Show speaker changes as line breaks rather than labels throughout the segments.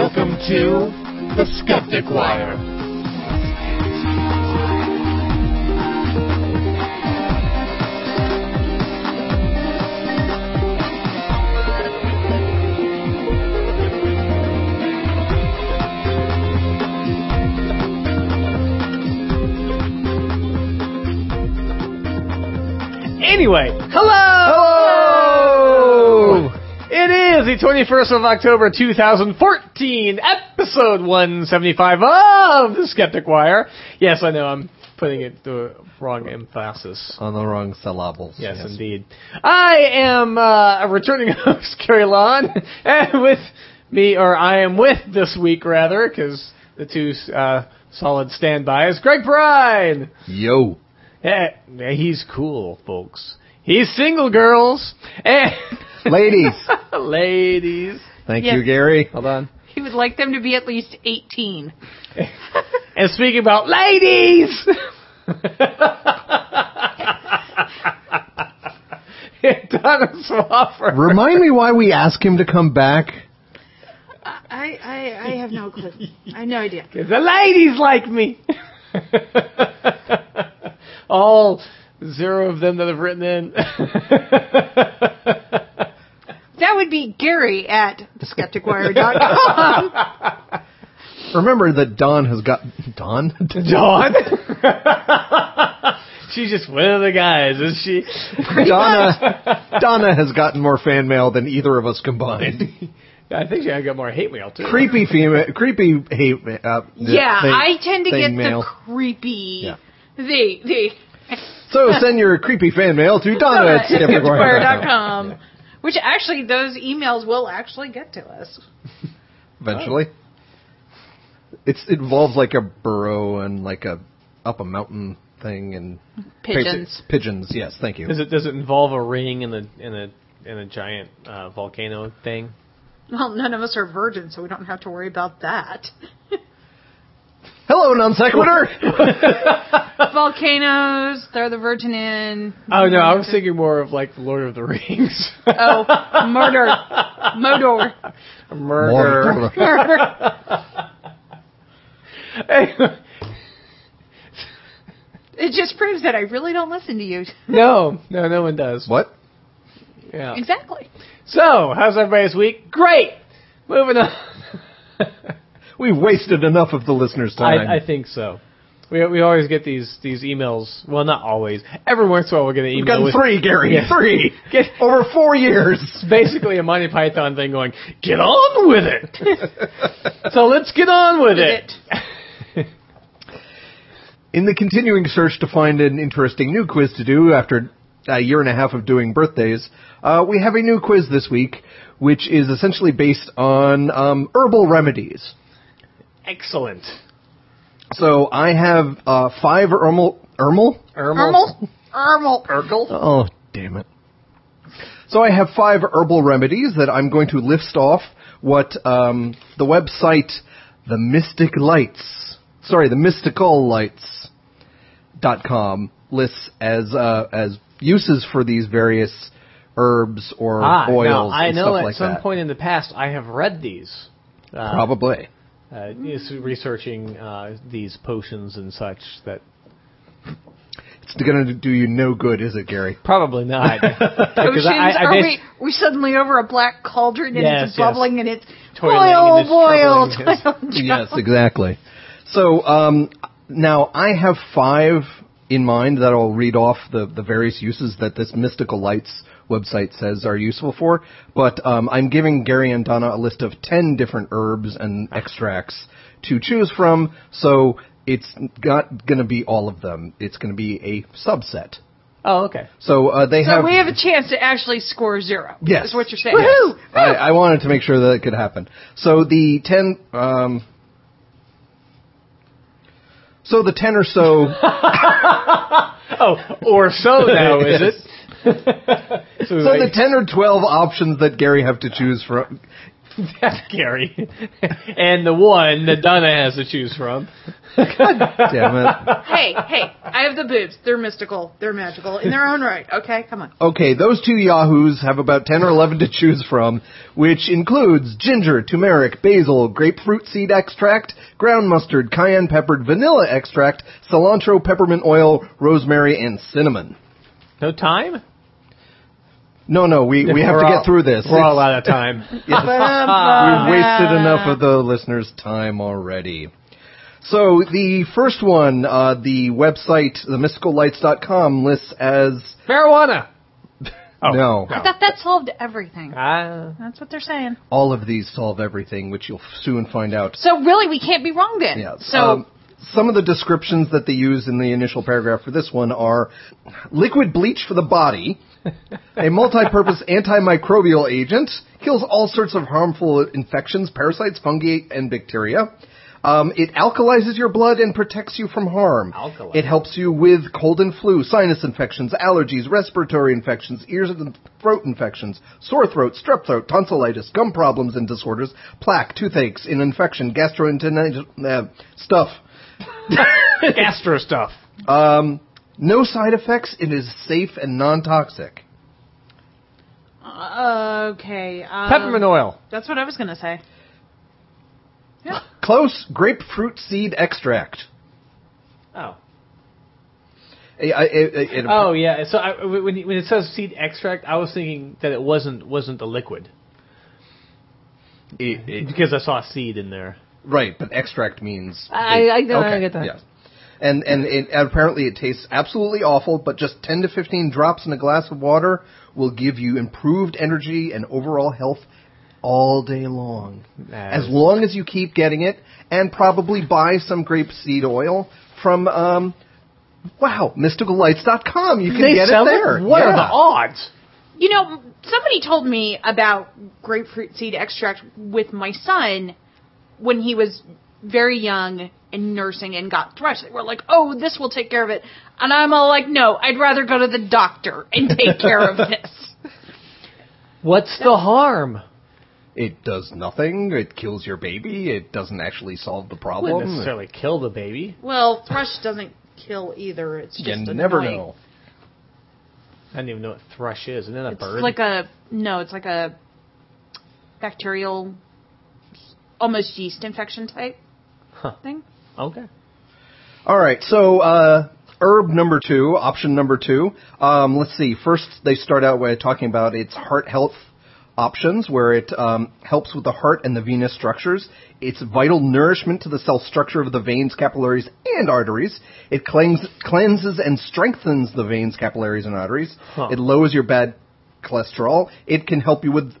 to The Skeptic Wire.
Anyway, hello! It is the 21st of October 2014, episode 175 of The Skeptic Wire. Yes, I know, I'm putting it the wrong emphasis.
on the wrong syllables.
Yes, indeed. I am uh, a returning host, Kerry Lon, and with me, or I am with this week, rather, because the two uh, solid standby is Greg Bryan.
Yo.
Eh, he's cool, folks. He's single, girls Eh. and
Ladies.
ladies.
Thank
Yeah.
you, Gary. Hold on.
He would like them to be at least 18.
And speaking about ladies, Donna Swaffer.
Remind me why we asked him to come back.
I, I, I have no clue. I have no idea.
The ladies like me. All zero of them that have written in.
That would be Gary at skepticwire.com.
Remember that Don has got Don.
Dawn. She's just one of the guys, is she?
Donna. Donna has gotten more fan mail than either of us combined.
I think she got more hate mail too.
creepy female. Creepy hate. ma- Uh,
yeah,
thing-
I tend to
thing
get
mail.
the creepy.
Yeah.
They, they,
So send your creepy fan mail to Donna at skepticwire.com.
skepticwire.com. Which actually, those emails will actually get to us.
Eventually.
Oh.
It's it involves like a burrow and like a up a mountain thing and
Pigeons.
Pigeons. Yes, thank you.
Does it does it involve a ring and a and a and a giant uh, volcano thing?
Well, none of us are virgins, so we don't have to worry about that.
Hello, non sequitur.
Volcanoes, they're the virgin in.
Oh no, I was thinking more of like Lord of the Rings.
Oh, murder. Modor.
Murder.
It just proves that I really don't listen to you.
no, no, no one does.
what?
Yeah.
Exactly.
So, how's everybody's week? Great. Moving on.
We've wasted enough of the listeners' time.
I, I think so. We we always get these these emails. Well, not always. Every once in a while, we'll get an email.
We've gotten
with-
three, Gary.
Yeah.
Three
Get-
over four years.
It's basically a Monty Python thing going, get on with it. so let's get on with it.
In the continuing search to find an interesting new quiz to do after a year and a half of doing birthdays, uh, we have a new quiz this week, which is essentially based on um, herbal remedies.
Excellent.
So I have uh, five herbal herbal.
Ermal? Ermal. Ergal?
Oh, damn it. So I have five herbal remedies that I'm going to list off what um, the website The Mystic Lights, sorry, The Mystical Lights dot com lists as uh, as uses for these various herbs or
Ah,
oils
now, I
and
know
stuff
at
like
some
that.
point in the past I have read these. Uh,
Probably.
Uh, is researching uh, these potions and such that
It's going to do you no good, is it, Gary?
probably not.
Potions?
Because
Are
bas-
we, we suddenly over a black cauldron and
Yes, yes.
it's bubbling and it's
Toiling
boil,
and it's
boil,
troubling, yes.
toil.
yes, exactly. So um, now I have five in mind that I'll read off the, the various uses that this Mystical Lights website says are useful for, but um, I'm giving Gary and Donna a list of 10 different herbs and extracts to choose from, so it's not going to be all of them. It's going to be a subset.
oh, okay.
So uh, they
So
have.
we have a chance to actually score zero.
Yes.
Is what you're saying.
Yes.
Oh.
I, I wanted to make sure that it could happen. So the ten. Um, so the ten or so.
Oh, or so now is it? So,
So the ten or twelve options that Gary have to choose from.
Gary, and the one that Donna has to choose from.
Damn it.
Hey, hey, I have the boobs. They're mystical. They're magical in their own right. Okay, come on.
Okay, those two yahoos have about ten or eleven to choose from, which includes ginger, turmeric, basil, grapefruit seed extract, ground mustard, cayenne peppered vanilla extract, cilantro, peppermint oil, rosemary, and cinnamon.
No time.
No, no, we, we have
We're
to
all-
get through this.
We're all
It's-
out of time.
We've wasted enough of the listeners' time already. So the first one, uh, the website, themysticallights.com, lists as
Marijuana. Oh,
no.
no.
I thought that solved everything.
Ah.
That's what they're saying.
All of these solve everything, which you'll soon find out.
So really, we can't be wrong then.
Yeah.
So
um, some of the descriptions that they use in the initial paragraph for this one are liquid bleach for the body, a multi-purpose antimicrobial agent, kills all sorts of harmful infections, parasites, fungi, and bacteria. Um, it alkalizes your blood and protects you from harm.
Alkalize.
It helps you with cold and flu, sinus infections, allergies, respiratory infections, ears and throat infections, sore throat, strep throat, tonsillitis, gum problems and disorders, plaque, toothaches, an infection, gastrointestinal uh, stuff.
Gastro stuff.
Um, no side effects. It is safe and non-toxic.
uh,
Okay. Um,
Peppermint oil.
That's what I was gonna say.
Close grapefruit seed extract.
Oh.
I- I- I- it-
Oh yeah. So I, when when it says seed extract, I was thinking that it wasn't wasn't a liquid
it- it-
because I saw seed in there.
right, but extract means.
I-
it-
I know, I get that.
yes. And and it, apparently it tastes absolutely awful, but just ten to fifteen drops in a glass of water will give you improved energy and overall health all day long,
That
as
is-
long as you keep getting it, and probably buy some grape seed oil from. Um, Wow, mysticallights.com. You can get it there.
What are the
Yeah.
odds?
you know, somebody told me about grapefruit seed extract with my son when he was very young and nursing and got thrush. They were like, "Oh, this will take care of it," and I'm all like, "No, I'd rather go to the doctor and take care of this."
What's the harm?
It does nothing. It kills your baby. It doesn't actually solve the
Wouldn't
problem.
necessarily kill the baby.
Well, thrush doesn't kill either. It's just
You
annoying.
never know.
I don't even know what thrush is. Isn't that a
It's
bird?
like a no, it's like a bacterial, almost yeast infection type
Huh.
thing.
okay.
All right, so uh, herb number two, option number two. Um, let's see. First, they start out by talking about its heart health options, where it um, helps with the heart and the venous structures. It's vital nourishment to the cell structure of the veins, capillaries, and arteries. It cleans, cleanses and strengthens the veins, capillaries, and arteries.
Huh.
It lowers your bad cholesterol. It can help you with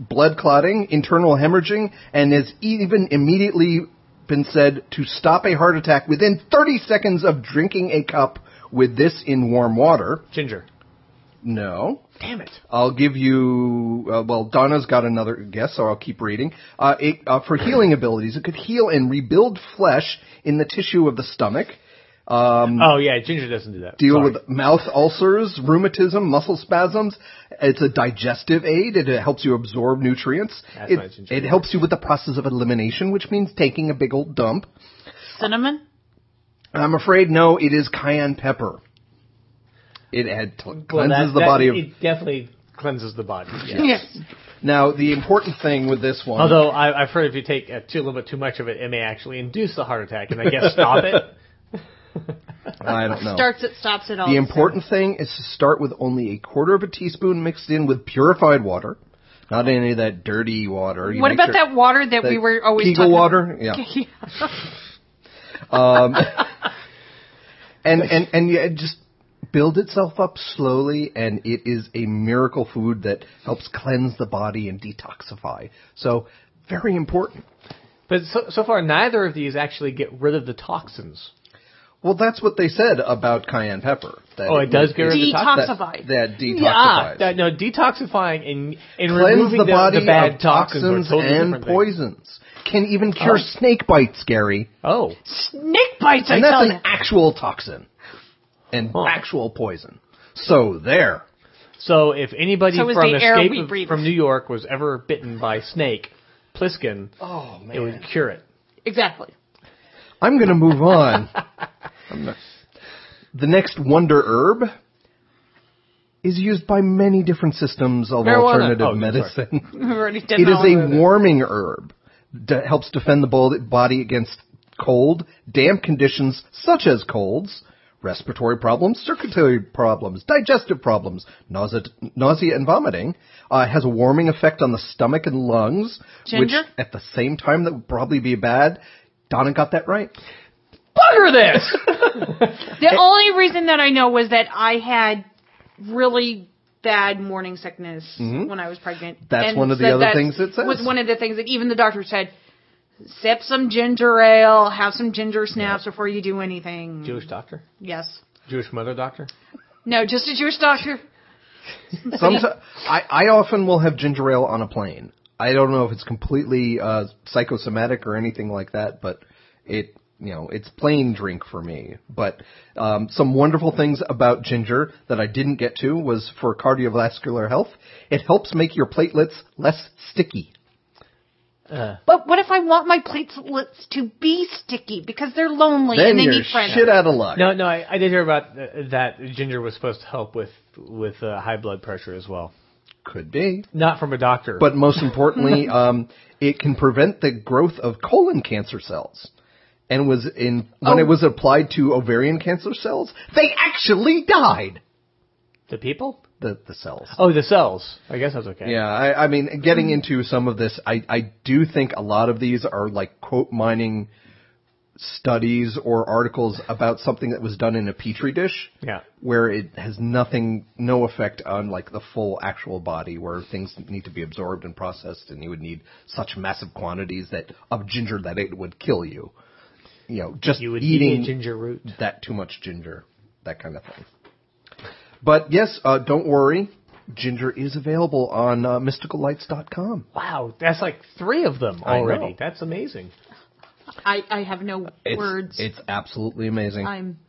blood clotting, internal hemorrhaging, and has even immediately been said to stop a heart attack within 30 seconds of drinking a cup with this in warm water.
Ginger.
No.
Damn it.
I'll give you. Uh, well, Donna's got another guess, so I'll keep reading. Uh, it, uh, for healing abilities, it could heal and rebuild flesh in the tissue of the stomach. Um,
Oh yeah, ginger doesn't do that.
deal
Sorry.
with mouth ulcers, rheumatism, muscle spasms. It's a digestive aid. It uh, helps you absorb nutrients.
That's
It,
why it's ginger.
it helps you with the process of elimination, which means taking a big old dump.
Cinnamon.
I'm afraid no, it is cayenne pepper. It had t-
Well,
cleanses
that-
the
that-
body of.
It definitely cleanses the body. yeah.
now the important thing with this one.
Although I, I've heard if you take a, too, a little bit too much of it, it may actually induce the heart attack, and I guess stop it.
I don't know.
Starts it, stops it all.
the important thing is to start with only a quarter of a teaspoon mixed in with purified water, not any of that dirty water. You
What
make sure-
about that water that, we
that
were always
Kegel
talking
water? Yeah. Um, and and and yeah, it just build itself up slowly, and it is a miracle food that helps cleanse the body and detoxify. So very important.
But so, so far, neither of these actually get rid of the toxins.
Well, that's what they said about cayenne pepper. that
Oh, it does get rid of the
that-
toxins.
Detoxify.
That detoxifies.
Yeah, that- no, detoxifying and and
Cleanse
removing
the body
bad
of
toxins, are
toxins
totally
and
different things.
poisons. Can even cure snake bites, Gary.
Oh,
Snake bites, I
And
tell
that's
you.
an actual toxin and
Huh.
actual poison. So there.
So if anybody
So it was
from
the air
Escape
we
of-
breathed.
from New York was ever bitten by snake, Pliskin,
Oh
it would cure it.
Exactly.
I'm going to move on. I'm not- The next wonder herb is used by many different systems of
Marijuana.
alternative
Oh, sorry.
medicine.
We've already done
It is
all of
a warming herb that helps defend the bo- body against cold, damp conditions such as colds, respiratory problems, circulatory problems, digestive problems, nausea, nausea and vomiting. Uh, it has a warming effect on the stomach and lungs, which
Ginger?
at the same time that would probably be bad. Donna got that right.
Bugger this!
The only reason that I know was that I had really bad morning sickness when I was pregnant.
Mm-hmm. That's
And
one of the
so
other
that's-
things it says.
Was one of the things that even the doctor said. Sip some ginger ale, have some ginger snaps before you do anything.
Jewish doctor?
Yes.
Jewish mother doctor?
No, just a Jewish doctor.
Sometimes I, I often will have ginger ale on a plane. I don't know if it's completely uh, psychosomatic or anything like that, but it you know it's plain drink for me. But um, some wonderful things about ginger that I didn't get to was for cardiovascular health. It helps make your platelets less sticky.
But what if I want my platelets to be sticky because they're lonely
Then
and they
you're
need friends?
shit out of luck.
No, no, I, I did hear about uh, that ginger was supposed to help with with uh, high blood pressure as well.
Could be.
Not from a doctor,
But most importantly, um, it can prevent the growth of colon cancer cells. And was in when it was applied to ovarian cancer cells, they actually died.
the people.
The the cells.
Oh, the cells. I guess that's okay. Hmm.
Yeah, I, I mean, getting into some of this, I I do think a lot of these are like quote mining studies or articles about something that was done in a petri dish.
Yeah.
Where it has nothing, no effect on like the full actual body, where things need to be absorbed and processed, and you would need such massive quantities that of ginger that it would kill you. You know, just
You would
eating
eat a ginger root.
that too much ginger, that kind of thing. But yes, uh, don't worry, ginger is available on uh, mysticallights.com.
Wow, that's like three of them
I know.
already. That's amazing.
I, I have no words.
It's absolutely amazing.
I'm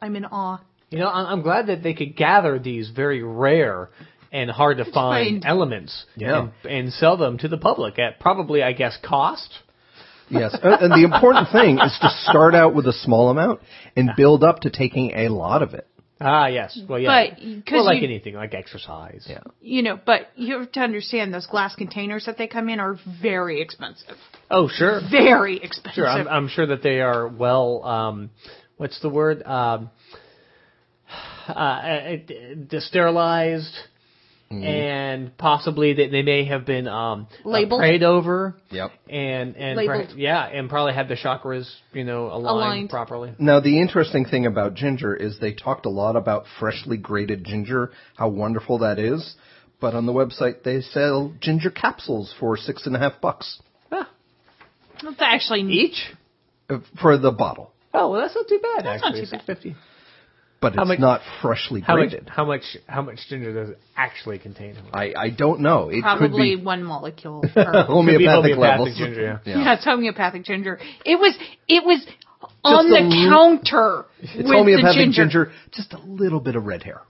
I'm in awe.
You know, I- I'm glad that they could gather these very rare and hard to find
find.
elements
Yeah.
and, and sell them to the public at probably, I guess, cost.
yes, and, and the important thing is to start out with a small amount and build up to taking a lot of it.
Ah, yes. Well, yeah.
But, 'cause
well, like
you-
anything, like exercise.
Yeah.
You know, but you have to understand those glass containers that they come in are very expensive.
Oh, sure.
Very expensive.
Sure, I'm, I'm sure that they are well. Um, what's the word? Um, uh, uh, d- sterilized, Mm-hmm. and possibly that they may have been um, uh,
Labeled.
prayed over.
Yep.
And and
Labeled.
perha- yeah, and probably had the chakras, you know, aligned,
Aligned.
properly.
Now, the interesting thing about ginger is they talked a lot about freshly grated ginger, how wonderful that is. But on the website, they sell ginger capsules for six and a half bucks
Ah.
That's actually
Each?
uh, for the bottle.
Oh, well, that's not too bad.
That's not
actually,
too bad.
six fifty.
But it's
How much-
not freshly
How much?
grated.
How much? How much ginger does it actually contain?
I, I don't know. It could
probably
be Oh,
one molecule. Per.
Could be
homeopathic,
homeopathic
levels.
ginger, yeah.
yeah, it's homeopathic ginger. It was it was on
a
the
little-
counter
It's
with the
homeopathic
ginger.
ginger. just a little bit of red hair.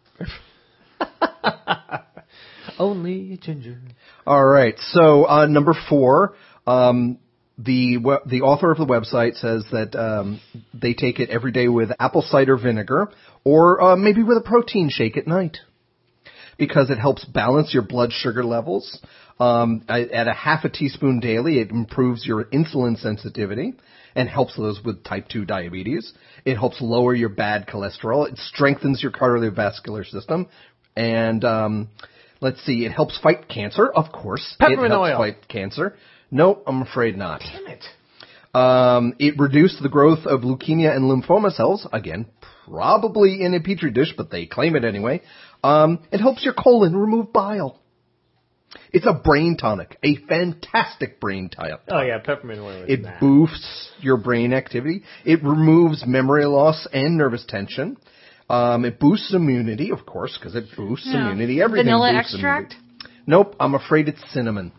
Only ginger.
All right. So uh, number four, um, the we- the author of the website says that um, they take it every day with apple cider vinegar, or uh, maybe with a protein shake at night, because it helps balance your blood sugar levels. Um, a- at a half a teaspoon daily, it improves your insulin sensitivity and helps those with type 2 diabetes. It helps lower your bad cholesterol. It strengthens your cardiovascular system. And um, let's see, it helps fight cancer, of course. it
Peppermint
helps
oil.
fight cancer. No, I'm afraid not.
Damn it!
Um, it reduced the growth of leukemia and lymphoma cells. Again, probably in a petri dish, but they claim it anyway. Um, it helps your colon remove bile. It's a brain tonic, a fantastic brain tonic.
Oh yeah, peppermint oil. is
It
bad.
boosts your brain activity. It removes memory loss and nervous tension. Um, it boosts immunity, of course, because it boosts immunity. Everything
Oh. Vanilla
boosts
extract?
immunity. Nope, I'm afraid it's cinnamon.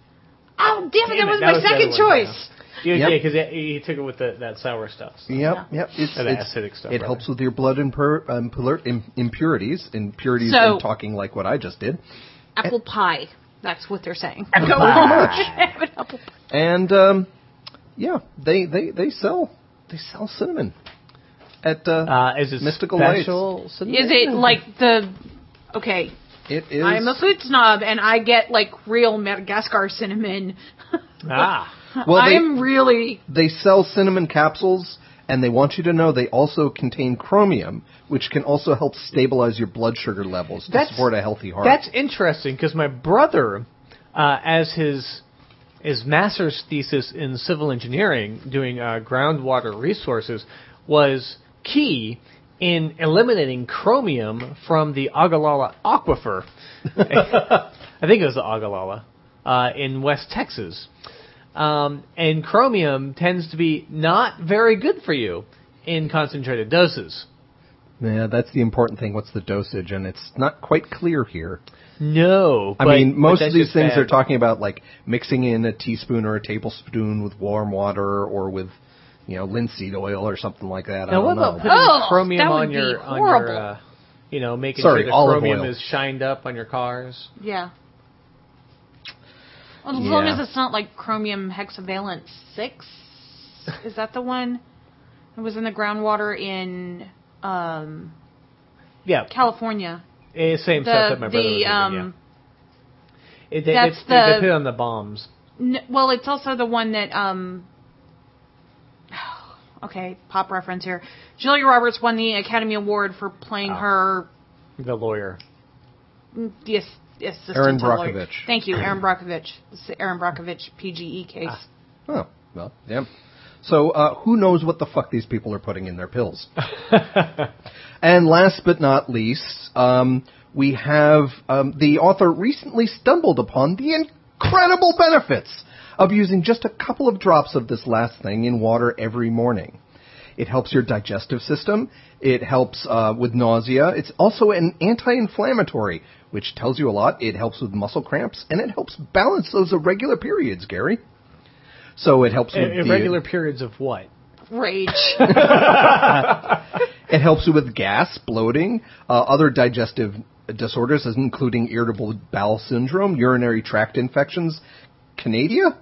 Oh damn it,
Damn
that
it,
was
that
my
was the
second
other one,
choice.
You,
Yep.
Yeah, because he took it with the, that sour stuff. so.
Yep, yep. It's,
That
it's-
acidic stuff,
It
rather.
helps with your blood impur- um, puler- im- impurities, impurities,
So-
and talking like what I just did.
Apple pie. That's what they're saying.
Pretty much.
Have an apple pie.
And um, yeah, they, they, they sell they sell cinnamon at uh,
Uh, is it
Mystical
special?
Lights. Cinnamon?
Is it like the okay?
it is?
I'm a food snob and I get like real Madagascar cinnamon.
Ah,
Well, they-
I'm really
They sell cinnamon capsules, and they want you to know they also contain chromium, which can also help stabilize your blood sugar levels to
That's-
support a healthy heart.
that's interesting because my brother, uh, as his his master's thesis in civil engineering, doing uh, groundwater resources, was key in eliminating chromium from the Ogallala aquifer. I think it was the Ogallala uh, in West Texas. Um, and chromium tends to be not very good for you in concentrated doses.
yeah, that's the important thing. What's the dosage? And it's not quite clear here.
No,
I
but-
mean,
but
most of
that's
these
just
things
bad.
they're talking about, like mixing in a teaspoon or a tablespoon with warm water or with, you know, linseed oil or something like that. I
Now,
don't
what about
know.
putting
Oh,
chromium
that would
on
be
your on
horrible.
your, uh, you know, making
Sorry,
sure the
olive
chromium
oil.
is shined up on your cars?
yeah. Well, as long
Yeah.
as it's not like chromium hexavalent six, is that the one? It was in the groundwater in um,
Yeah,
California.
eh, same stuff
The
that my brother was
the
making,
um,
yeah. It- they,
that's
they- they
the-
put it on the bombs.
N- well, it's also the one that um. Okay, pop reference here. Julia Roberts won the Academy Award for playing
Oh.
her
The lawyer.
yes, assistant.
Erin
to Lloyd.
Brockovich.
Thank you, Aaron Brockovich. It's the Aaron Brockovich PGE case.
Ah.
Oh, well, yeah. So uh, who knows what the fuck these people are putting in their pills? and last but not least, um, we have um, the author recently stumbled upon the incredible benefits of using just a couple of drops of this last thing in water every morning. It helps your digestive system. It helps uh, with nausea. It's also an anti-inflammatory, which tells you a lot. It helps with muscle cramps, and it helps balance those irregular periods, Gary. So it helps with
Ir-
the-
Irregular periods of what?
Rage.
It helps you with gas, bloating, uh, other digestive disorders, as including irritable bowel syndrome, urinary tract infections, Canada,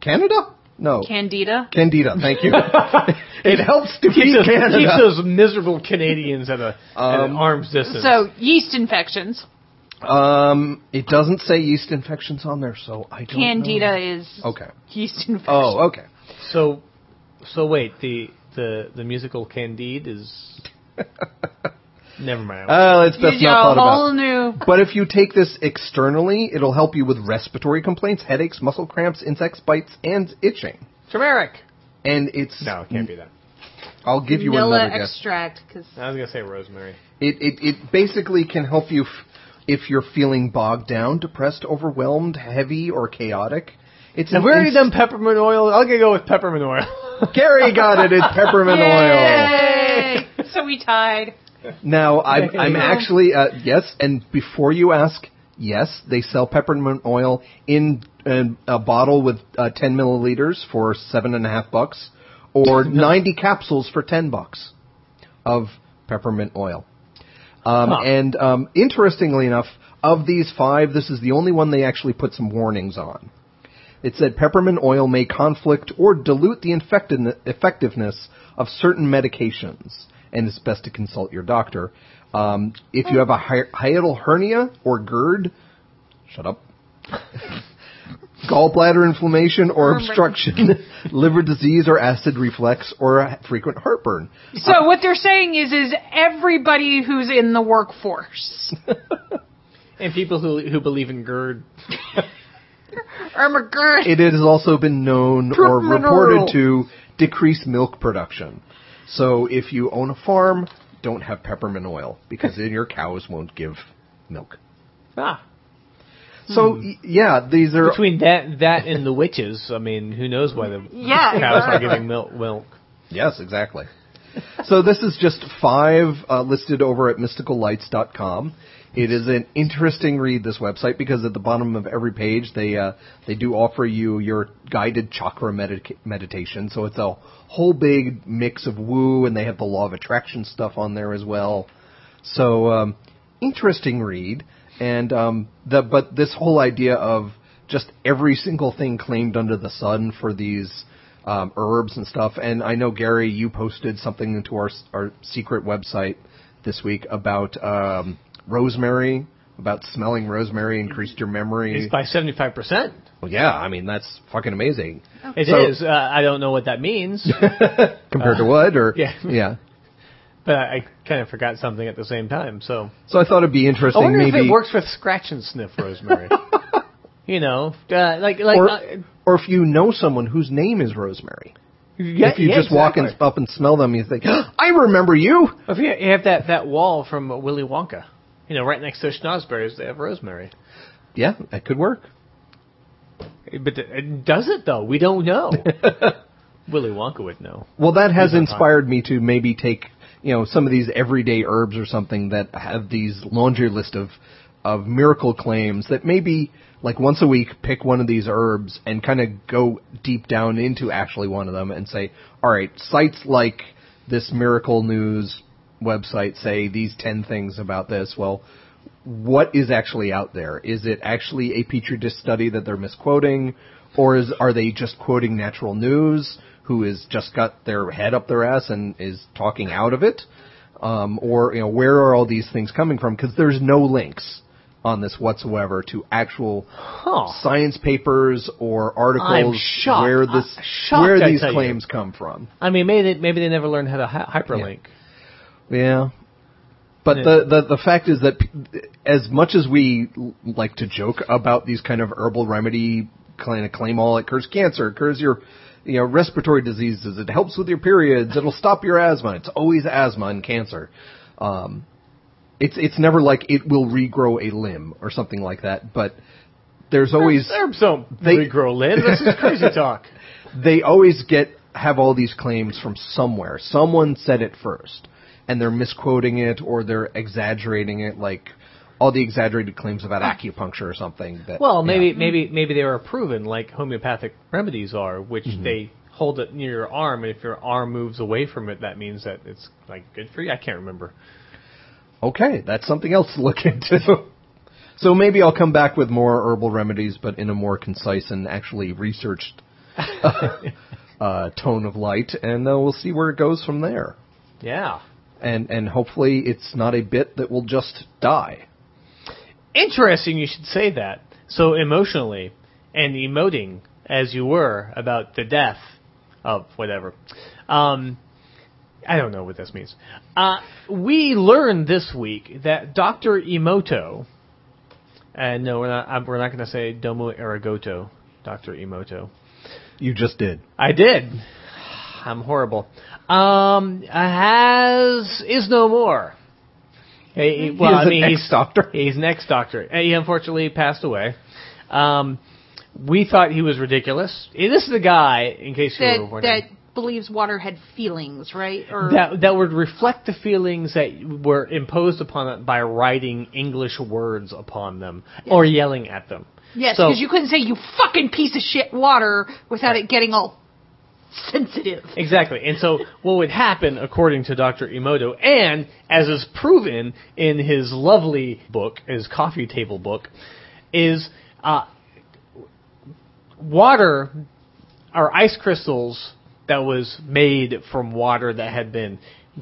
Canada, no,
Candida.
Candida. Thank you. it helps defeat
Keep those,
Canada.
keep those miserable Canadians at a at an
Um,
arm's distance.
So yeast infections.
Um, it doesn't say yeast infections on there, so I don't. know.
Candida is
Okay.
yeast infection.
Oh, okay.
so, so wait the the the musical Candide is. Never mind.
Uh, it's
Gives
best
you
not thought
a
about.
whole new.
But if you take this externally, it'll help you with respiratory complaints, headaches, muscle cramps, insects bites, and itching.
Turmeric.
And it's
No, it can't be that.
I'll give you
vanilla
another guess.
extract because
I was gonna say rosemary.
It, it it basically can help you f- if you're feeling bogged down, depressed, overwhelmed, heavy, or chaotic. It's
Have
an
we already
inst-
done peppermint oil? I'm gonna go with peppermint oil.
Gary got it. It's peppermint oil.
Yay! so we tied.
Now I'm I'm actually uh, yes. And before you ask, yes, they sell peppermint oil in a, a bottle with uh, ten milliliters for seven and a half bucks, or ninety capsules for ten bucks of peppermint oil. Um,
Huh.
And um, interestingly enough, of these five, this is the only one they actually put some warnings on. It said peppermint oil may conflict or dilute the infected- effectiveness of certain medications, and it's best to consult your doctor. Um, if you have a hi- hiatal hernia or GERD, shut up. Gallbladder inflammation or obstruction, liver disease or acid reflux, or a frequent heartburn.
So what they're saying is, is everybody who's in the workforce
and people who who believe in GERD.
or McGurn.
It has also been known or
Peppermint oil.
reported to decrease milk production. So if you own a farm, don't have peppermint oil because then your cows won't give milk.
Ah.
So y- yeah, these are
Between that that and the witches, I mean, who knows why the
Yeah,
cows are
exactly.
giving milk milk.
yes, exactly. So this is just five uh, listed over at mysticallights.com. It is an interesting read this website because at the bottom of every page they uh, they do offer you your guided chakra medica- meditation. So it's a whole big mix of woo, and they have the law of attraction stuff on there as well. So um, interesting read, and um, the but this whole idea of just every single thing claimed under the sun for these um, herbs and stuff. And I know Gary, you posted something into our our secret website this week about um, rosemary, about smelling rosemary increased your memory.
It's by 75%.
Well, yeah, I mean that's fucking amazing
It is.
So-
Uh, I don't know what that means,
compared to what or
yeah.
yeah.
but I kind of forgot something at the same time, so.
So I thought it'd be
I
interesting.
wonder
maybe
if it works with scratch and sniff rosemary. you know, uh, like like
or
uh,
or if you know someone whose name is Rosemary.
yeah,
if you
yeah,
just walk in,
exactly.
up and smell them, you think, "Ah, "I remember you."
If you you have that that wall from uh, Willy Wonka, you know, right next to schnozberries, they have rosemary.
Yeah, that could work.
But th- it does it though? We don't know. Willy Wonka would know.
Well, that has
These are
inspired me to maybe take you know some of these everyday herbs or something that have these laundry list of of miracle claims that maybe like once a week pick one of these herbs and kind of go deep down into actually one of them and say, all right, sites like this miracle news website say these ten things about this. Well, what is actually out there? Is it actually a petri dish study that they're misquoting, or is are they just quoting natural news? Who has just got their head up their ass and is talking out of it? Um, or you know, where are all these things coming from? Because there's no links on this whatsoever to actual
Huh.
science papers or articles
shocked.
where this
I'm shocked,
where
I
these
tell you.
claims come from.
I mean, maybe they, maybe they never learned how to hi- hyperlink.
Yeah. But
Yeah.
the, the the fact is that p- as much as we l- like to joke about these kind of herbal remedy kind of claim all it cures cancer, it cures your you know respiratory diseases, it helps with your periods, it'll stop your asthma. It's always asthma and cancer. Um, it's it's never like it will regrow a limb or something like that. But there's always
Herbs don't
They-
regrow limbs. This is crazy talk.
they always get have all these claims from somewhere. Someone said it first, and they're misquoting it or they're exaggerating it, like all the exaggerated claims about acupuncture or something. That
Well, maybe
yeah.
maybe maybe they were proven like homeopathic remedies are, which
Mm-hmm.
they hold it near your arm, and if your arm moves away from it, that means that it's like good for you. I can't remember.
okay, that's something else to look into. so maybe I'll come back with more herbal remedies, but in a more concise and actually researched uh, tone of light, and uh, we'll see where it goes from there.
Yeah.
And and hopefully it's not a bit that will just die.
Interesting you should say that so emotionally and emoting as you were about the death of whatever. Um, I don't know what this means. Uh, we learned this week that Dr. Emoto, and no, we're not, I'm, we're not going to say Domo Arigato, Dr. Emoto.
You just did.
I did. I'm horrible. Um, has is no more. He, he- well,
is
I
an
mean, he's
ex-doctor.
He's an ex-doctor. Uh, He unfortunately passed away. Um, we thought he was ridiculous. Eh, This is the guy, in case you were
that
wondering,
that believes water had feelings, right? Or
that that would reflect the feelings that were imposed upon it by writing English words upon them or yelling at them.
yes,
So-
because you couldn't say you fucking piece of shit water without it getting all sensitive.
Exactly. And so what would happen, according to Dr. Emoto, and as is proven in his lovely book, his coffee table book, is uh, water are ice crystals that was made from water that had been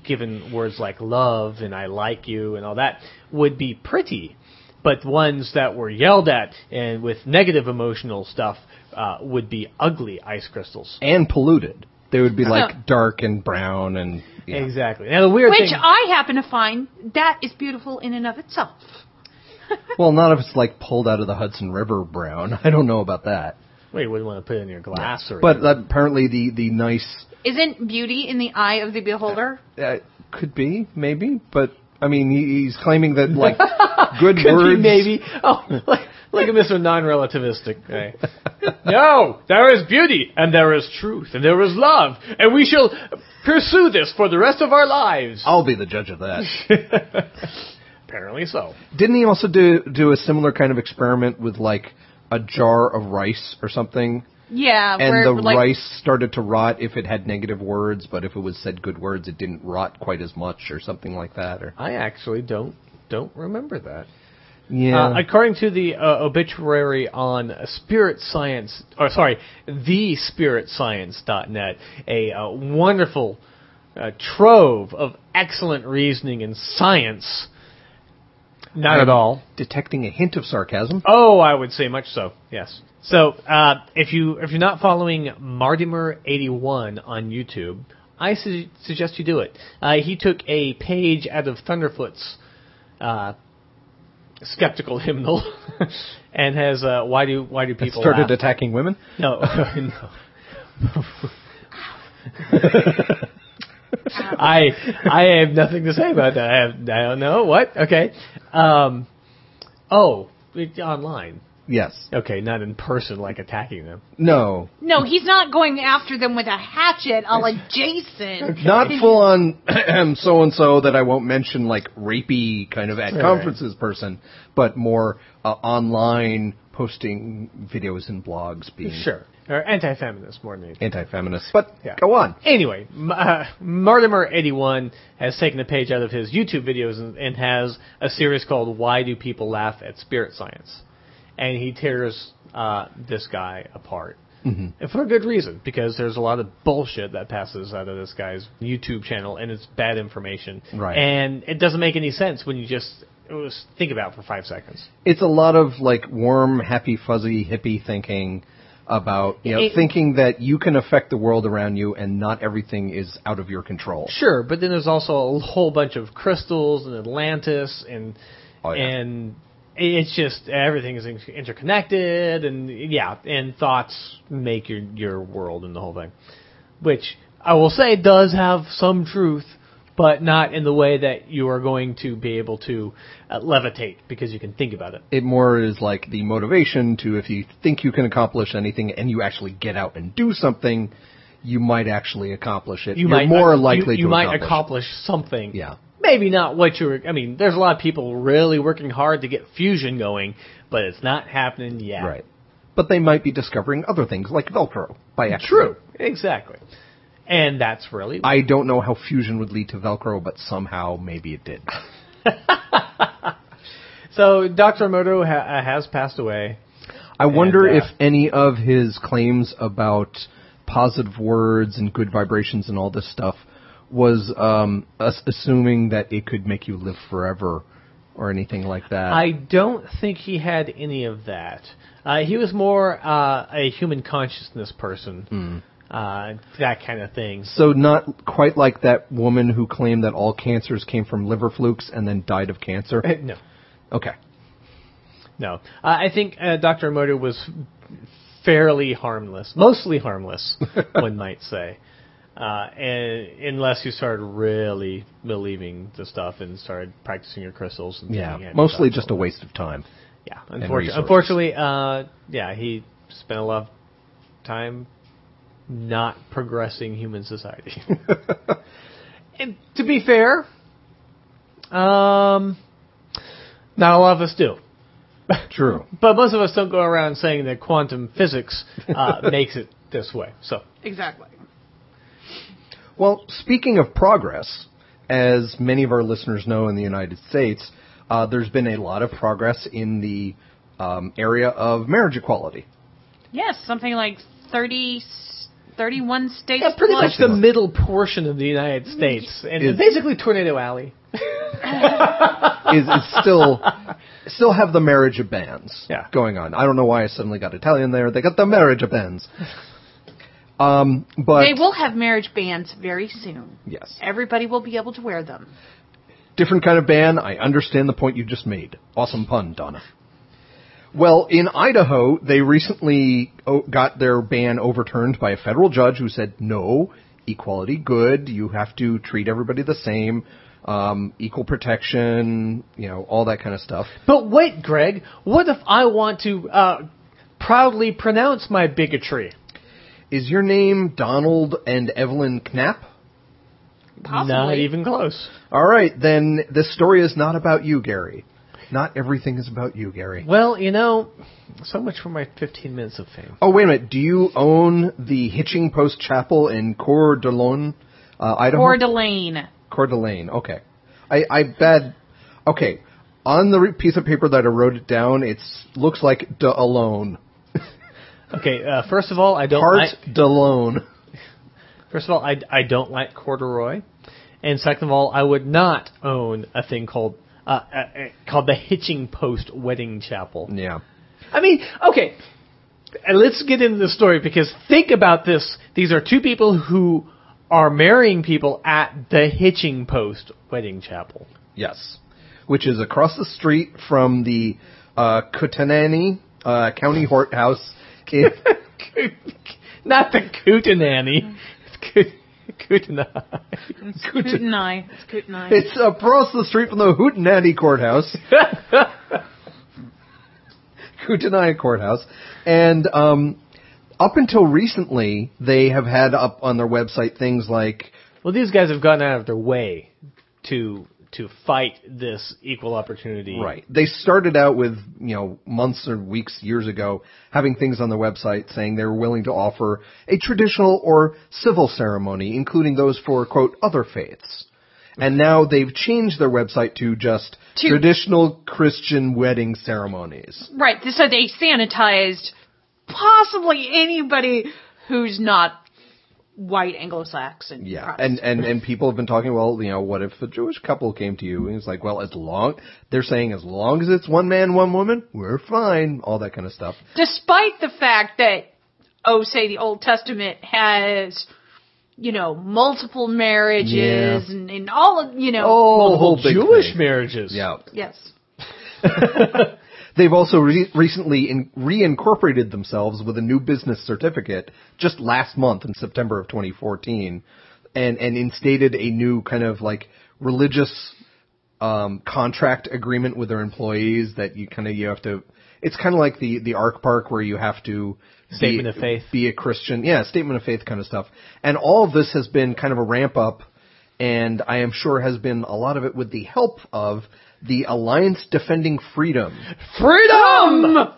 given words like love and I like you and all that would be pretty. But ones that were yelled at and with negative emotional stuff uh, would be ugly ice crystals.
and polluted. They would be
Yeah.
like dark and brown and yeah.
Exactly. Now the weird
Which
thing,
I happen to find that is beautiful in and of itself.
well, not if it's like pulled out of the Hudson River brown. I don't know about that.
well, you wouldn't want to put it in your glass or.
But apparently the the nice
Isn't beauty in the eye of the beholder?
uh, could be maybe, but I mean he, he's claiming that like good
Could be
words
maybe. Oh, like, Look at Mr. Non-relativistic. guy. No, there is beauty, and there is truth, and there is love, and we shall pursue this for the rest of our lives.
I'll be the judge of that.
Apparently so.
Didn't he also do do a similar kind of experiment with like a jar of rice or something?
Yeah,
And
where,
the
like,
rice started to rot if it had negative words, but if it was said good words, it didn't rot quite as much, or something like that. Or
I actually don't don't remember that.
yeah,
Uh, according to the uh, obituary on uh, Spirit Science, or sorry, thespiritscience.net, a uh, wonderful uh, trove of excellent reasoning and science. Not at all.
detecting a hint of sarcasm.
Oh, I would say much so. Yes. So uh, if you if you're not following Martimer eighty one on YouTube, I su- suggest you do it. Uh, he took a page out of Thunderfoot's uh, skeptical hymnal and has uh, why do why do people
started
laugh?
attacking women.
no no. I I have nothing to say about that. I have I don't know what. Okay. Um, oh, it, online.
Yes.
Okay, not in person, like attacking them.
No.
no, he's not going after them with a hatchet, a la Jason.
Not full on so and so that I won't mention, like rapey kind of at
Right,
conferences person, but more uh, online posting videos and blogs being
Sure. Or anti feminist more than anything.
anti feminist. But
Yeah.
go on.
Anyway, M- uh, Mortimer81 has taken a page out of his YouTube videos and, and has a series called Why Do People Laugh at Spirit Science? And he tears uh, this guy apart.
Mm-hmm.
And for a good reason, because there's a lot of bullshit that passes out of this guy's YouTube channel, and it's bad information.
Right.
And it doesn't make any sense when you just it was- think about it for five seconds.
It's a lot of like warm, happy, fuzzy, hippie thinking about you know
It-
thinking that you can affect the world around you and not everything is out of your control.
Sure, but then there's also a whole bunch of crystals and Atlantis and
Oh, yeah.
and it's just everything is in- interconnected and yeah, and thoughts make your your world and the whole thing, which I will say does have some truth, but not in the way that you are going to be able to uh, levitate because you can think about it.
It more is like the motivation to if you think you can accomplish anything and you actually get out and do something, you might actually accomplish it.
You
are
might
more
you-
likely
you,
to
might
accomplish.
accomplish something.
Yeah.
Maybe not what you were. I mean, there's a lot of people really working hard to get fusion going, but it's not happening yet.
Right. But they might be discovering other things like Velcro by accident.
True. Exactly. And that's really.
I don't know how fusion would lead to Velcro, but somehow maybe it did.
so Dr. Moto ha- uh, has passed away.
I wonder
uh,
if any of his claims about positive words and good vibrations and all this stuff was um, us assuming that it could make you live forever or anything like that.
I don't think he had any of that. Uh, he was more uh, a human consciousness person,
Hmm.
uh, that kind of thing.
so not quite like that woman who claimed that all cancers came from liver flukes and then died of cancer.
no.
Okay.
No, uh, I think uh, Doctor Moto was fairly harmless, mostly harmless, one might say, uh, and unless you started really believing the stuff and started practicing your crystals. And
Yeah.
thinking it
Mostly
and
just a
stuff.
waste of time.
Yeah,
resources.
unfortunately, unfortunately, uh, yeah, he spent a lot of time not progressing human society. and to be fair, um, not a lot of us do.
True.
But most of us don't go around saying that quantum physics uh, makes it this way. So
Exactly.
Well, speaking of progress, as many of our listeners know in the United States, uh, there's been a lot of progress in the um, area of marriage equality.
Yes, something like 30, 31 states.
pretty
plus-
much the middle portion of the United States, and
Is-
basically Tornado Alley.
Is, is still still have the marriage of bands
Yeah.
going on. I don't know why I suddenly got Italian there. They got the marriage of bands. Um, but
They will have marriage bans very soon.
yes,
Everybody will be able to wear them.
Different kind of ban. I understand the point you just made. Awesome pun, Donna. Well, in Idaho, they recently o- got their ban overturned by a federal judge who said, no, equality good. You have to treat everybody the same. um, equal protection, you know, all that kind of stuff.
But wait, Greg, what if I want to uh, proudly pronounce my bigotry?
Is your name Donald and Evelyn Knapp?
Possibly.
Not even close.
All right, then this story is not about you, Gary. Not everything is about you, Gary.
Well, you know, so much for my 15 minutes of fame.
Oh, wait a minute. Do you own the Hitching Post Chapel in Coeur d'Alene, uh, Idaho?
Or Delane.
Coeur d'Alene. Okay. I, I bet. Okay. On the re- piece of paper that I wrote it down, it looks like d'Alone.
Okay, uh, first of all, I don't
Part
like.
d'Alone.
First of all, I, I don't like corduroy, and second of all, I would not own a thing called uh, uh, uh, called the Hitching Post Wedding Chapel.
Yeah.
I mean, okay, uh, let's get into the story because think about this. These are two people who are marrying people at the Hitching Post Wedding Chapel.
Yes. Which is across the street from the uh, Kutanani uh, County Courthouse. in-
Not the Kootenanny. It's Kootenai.
Kootenai. It's Kootenai.
it's across the street from the Hootenanny Courthouse. Kootenai Courthouse. And um, up until recently, they have had up on their website things like
Well, these guys have gone out of their way to to fight this equal opportunity.
Right. They started out with, you know, months or weeks, years ago, having things on their website saying they were willing to offer a traditional or civil ceremony, including those for, quote, other faiths. And now they've changed their website to just
To-
traditional Christian wedding ceremonies.
Right. So they sanitized possibly anybody who's not white Anglo-Saxon.
Yeah.
Protestant.
And, and, and people have been talking, well, you know, what if a Jewish couple came to you? And it's like, well, as long, they're saying as long as it's one man, one woman, we're fine. All that kind of stuff.
despite the fact that, oh, say the Old Testament has, you know, multiple marriages
Yeah.
and, and all of, you know,
Oh,
Whole
big
Jewish
thing.
marriages.
Yeah.
yes.
They've also re- recently in- reincorporated themselves with a new business certificate just last month in September of 2014 and, and instated a new kind of like religious um, contract agreement with their employees that you kind of, you have to, it's kind of like the, the ARC Park where you have to
Statement
be,
of faith.
be a Christian. Yeah, statement of faith kind of stuff. And all of this has been kind of a ramp up and I am sure has been a lot of it with the help of the Alliance Defending Freedom.
Freedom!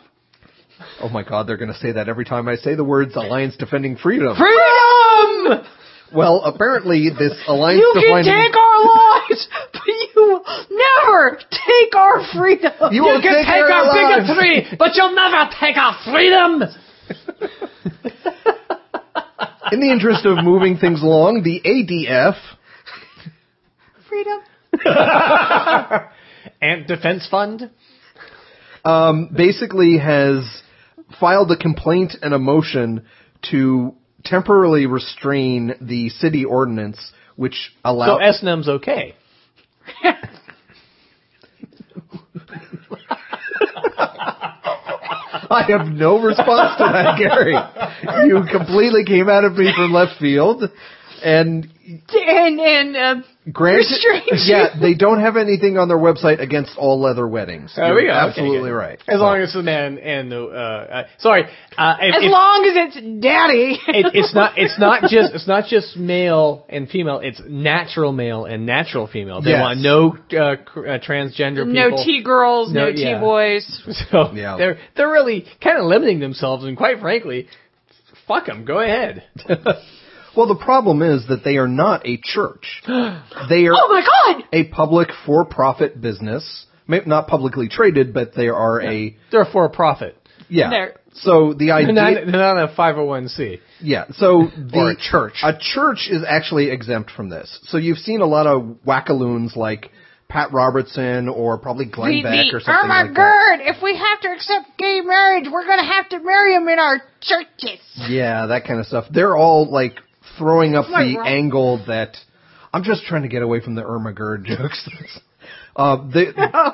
Oh my god, they're gonna say that every time I say the words Alliance Defending Freedom.
Freedom!
Well, apparently this Alliance
You can
Defending
take our lives, but you will never take our freedom.
You won't
You can take our
lives.
bigotry, but you'll never take our freedom!
In the interest of moving things along, the ADF
freedom.
Ant Defense Fund?
um, basically has filed a complaint and a motion to temporarily restrain the city ordinance which
So
allows
S&M's okay.
I have no response to that, Gary. You completely came out of me from left field. And
And, and, uh,
Granted,
Restrictions.
yeah, they don't have anything on their website against all leather weddings. You're absolutely right.
As long as the man and the, uh, uh, sorry, uh, if,
as
if-
long as it's daddy.
it, it's not it's not just it's not just male and female. It's natural male and natural female. They
Yes.
want no uh, cr- uh, transgender people.
no T girls,
No,
no,
yeah.
T boys.
So
Yeah.
they're they're really kind of limiting themselves. And quite frankly, f- fuck them. Go ahead.
well, the problem is that they are not a church. They are
Oh my god!
a public for-profit business, May- not publicly traded, but they are a
They're for profit.
yeah.
They're-
So the
They're
idea,
not, they're not a five hundred one c.
yeah. So the
Or a church.
a church is actually exempt from this. So you've seen a lot of wackaloons like Pat Robertson or probably Glenn
The-
Beck
the-
or something
oh my
like that.
god! If we have to accept gay marriage, we're gonna have to marry him in our churches.
Yeah, that kind of stuff. They're all like throwing up the
wrong?
angle that I'm just trying to get away from the Irma Gerd jokes. uh, they,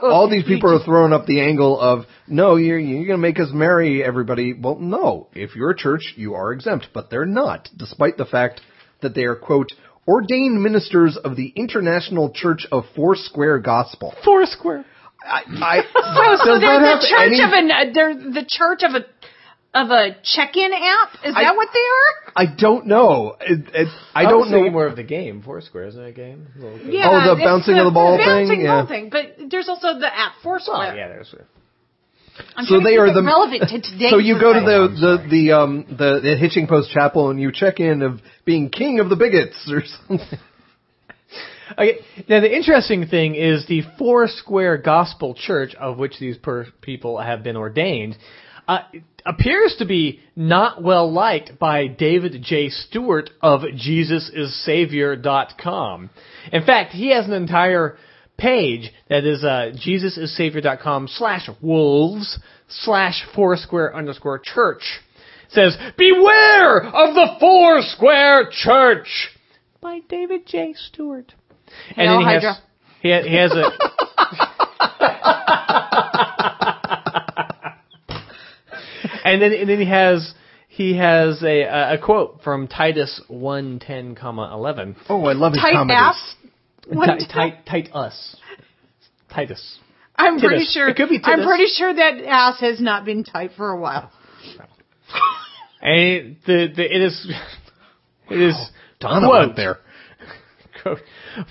all these people are throwing up the angle of no, you're you're gonna make us marry everybody. Well, no, if you're a church, you are exempt, but they're not, despite the fact that they are quote ordained ministers of the International Church of Foursquare Gospel.
Four square.
I, I,
Oh, so
does
they're
that have
the church
any-
of an uh, they're the church of a of a check-in app. Is
I- Oh,
that what they
I don't know. It, it, I don't know.
more of the game. Four square isn't it a game. Little game.
are?
Oh, the
it's
bouncing of the ball
bouncing
thing?
ball
Yeah.
thing. But there's also the app Foursquare.
Oh, yeah, there's.
I'm
So
trying to
they
keep
are
it
the-
relevant to today.
So you go to
Oh,
the
I'm
the
sorry.
the um the, the Hitching Post Chapel and you check in of being king of the bigots or something.
Okay. Now the interesting thing is the Four Square Gospel Church of which these per- people have been ordained uh, appears to be not well liked by David J. Stewart of JesusIsSavior.com. In fact, he has an entire page that is uh, JesusIsSavior.com slash wolves slash Foursquare underscore church. It says, Beware of the Foursquare Church! by David J. Stewart.
Hail
and then he
Hydra.
has he, ha- he has a and then and then he has he has a a, a quote from Titus one ten comma eleven
Oh, I love his
tight
comedy.
tight
apps.
tight tight us Titus.
I'm pretty
Titus.
sure.
It could be
I'm
Titus.
pretty sure that ass has not been tight for a while.
And the, the it is it is
Donna
quote,
went there.
Quote,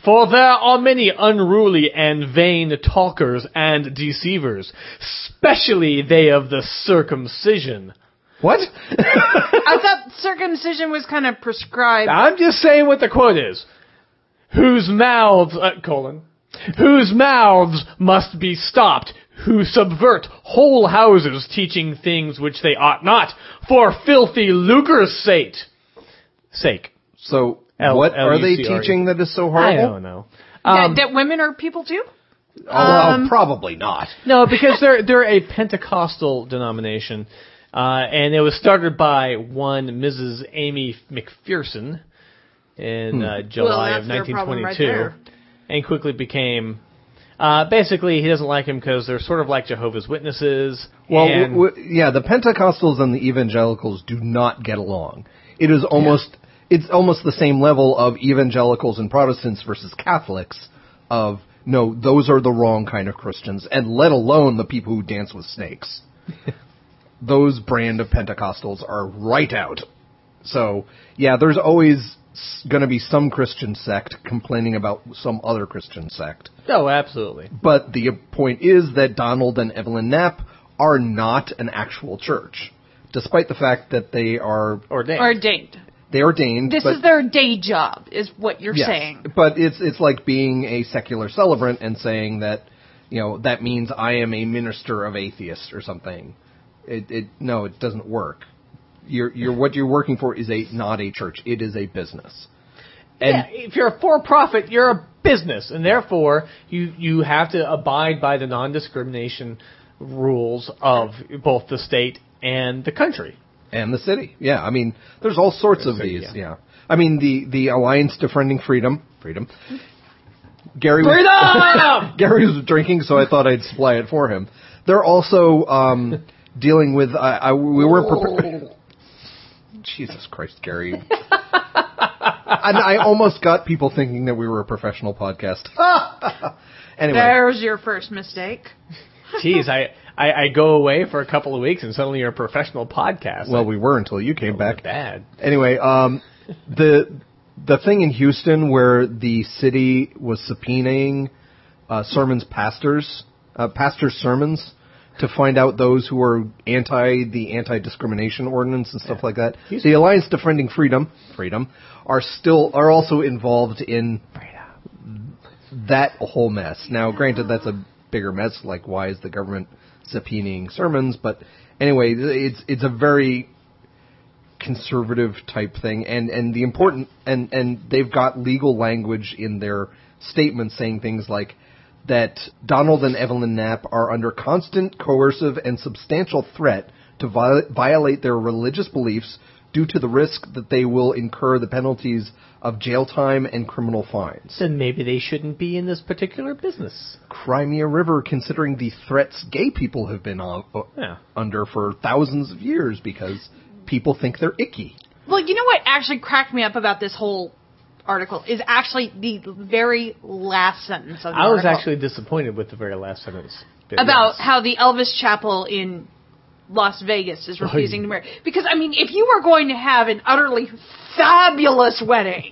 For there are many unruly and vain talkers and deceivers, specially they of the circumcision.
What?
I thought circumcision was kind of
Uh,
prescribed.
I'm just saying what the quote is. Whose mouths, uh, colon, whose mouths must be stopped, who subvert whole houses teaching things which they ought not, for filthy lucre's sake. Sake.
So
L-
what are they
L-U-C-R-E.
teaching that is so
I
horrible?
don't know.
um,
that, that women are people too.
Oh, well,
Um,
probably not.
No, because they're they're a Pentecostal denomination, uh, and it was started by one Mrs. Amy McPherson in uh, July
Hmm. Well,
of
that's their problem
1922,
right there.
and quickly became. Uh, basically, he doesn't like him because they're sort of like Jehovah's Witnesses.
Well,
and-
w- w- yeah, the Pentecostals and the Evangelicals do not get along. It is almost it's almost the same level of Evangelicals and Protestants versus Catholics. Of no, those are the wrong kind of Christians, and let alone the people who dance with snakes. those brand of Pentecostals are right out. So yeah, there's always going to be some Christian sect complaining about some other Christian sect.
no, absolutely.
But the point is that Donald and Evelyn Knapp are not an actual church, despite the fact that they are
Ordained.
Ordained.
they ordained.
This
but,
is their day job, is what you're
yes,
saying.
but it's it's like being a secular celebrant and saying that you know that means I am a minister of atheists or something. It, it no, it doesn't work. You're, you're what you're working for is a not a church. It is a business.
Yeah, if you're a for-profit, you're a business, and therefore you you have to abide by the non-discrimination rules of both the state and the country.
And the city. Yeah, I mean, there's all sorts of
city,
these.
yeah.
Yeah. I mean, the, the Alliance Defending Freedom. Freedom. Gary was,
Freedom!
Gary was drinking, so I thought I'd supply it for him. They're also um, dealing with. I, I, we were prepared. Jesus Christ, Gary. and I almost got people thinking that we were a professional podcast. anyway.
There's your first mistake.
Jeez, I, I I go away for a couple of weeks and suddenly you're a professional podcast.
Well, we were until you came
That's
back.
bad.
Anyway, um, the the thing in Houston where the city was subpoenaing uh, sermons pastors, uh, pastors' sermons, to find out those who were anti the anti discrimination ordinance and stuff like that. The Alliance Defending Freedom, freedom, are still are also involved in that whole mess. Now, granted, that's a bigger mess. Like, why is the government subpoenaing sermons? But anyway, th- it's it's a very conservative type thing, and and the important and and they've got legal language in their statements saying things like that Donald and Evelyn Knapp are under constant coercive and substantial threat to viol- violate their religious beliefs due to the risk that they will incur the penalties of jail time and criminal fines.
Then maybe they shouldn't be in this particular business.
Crimea River, considering the threats gay people have been on,
Yeah.
under for thousands of years because people think they're icky.
Well, you know what actually cracked me up about this whole article is actually the very last sentence of the
I was
article.
actually disappointed with the very last sentence. but
about
yes.
how the Elvis Chapel in Las Vegas is refusing to marry. Because I mean, if you are going to have an utterly fabulous wedding,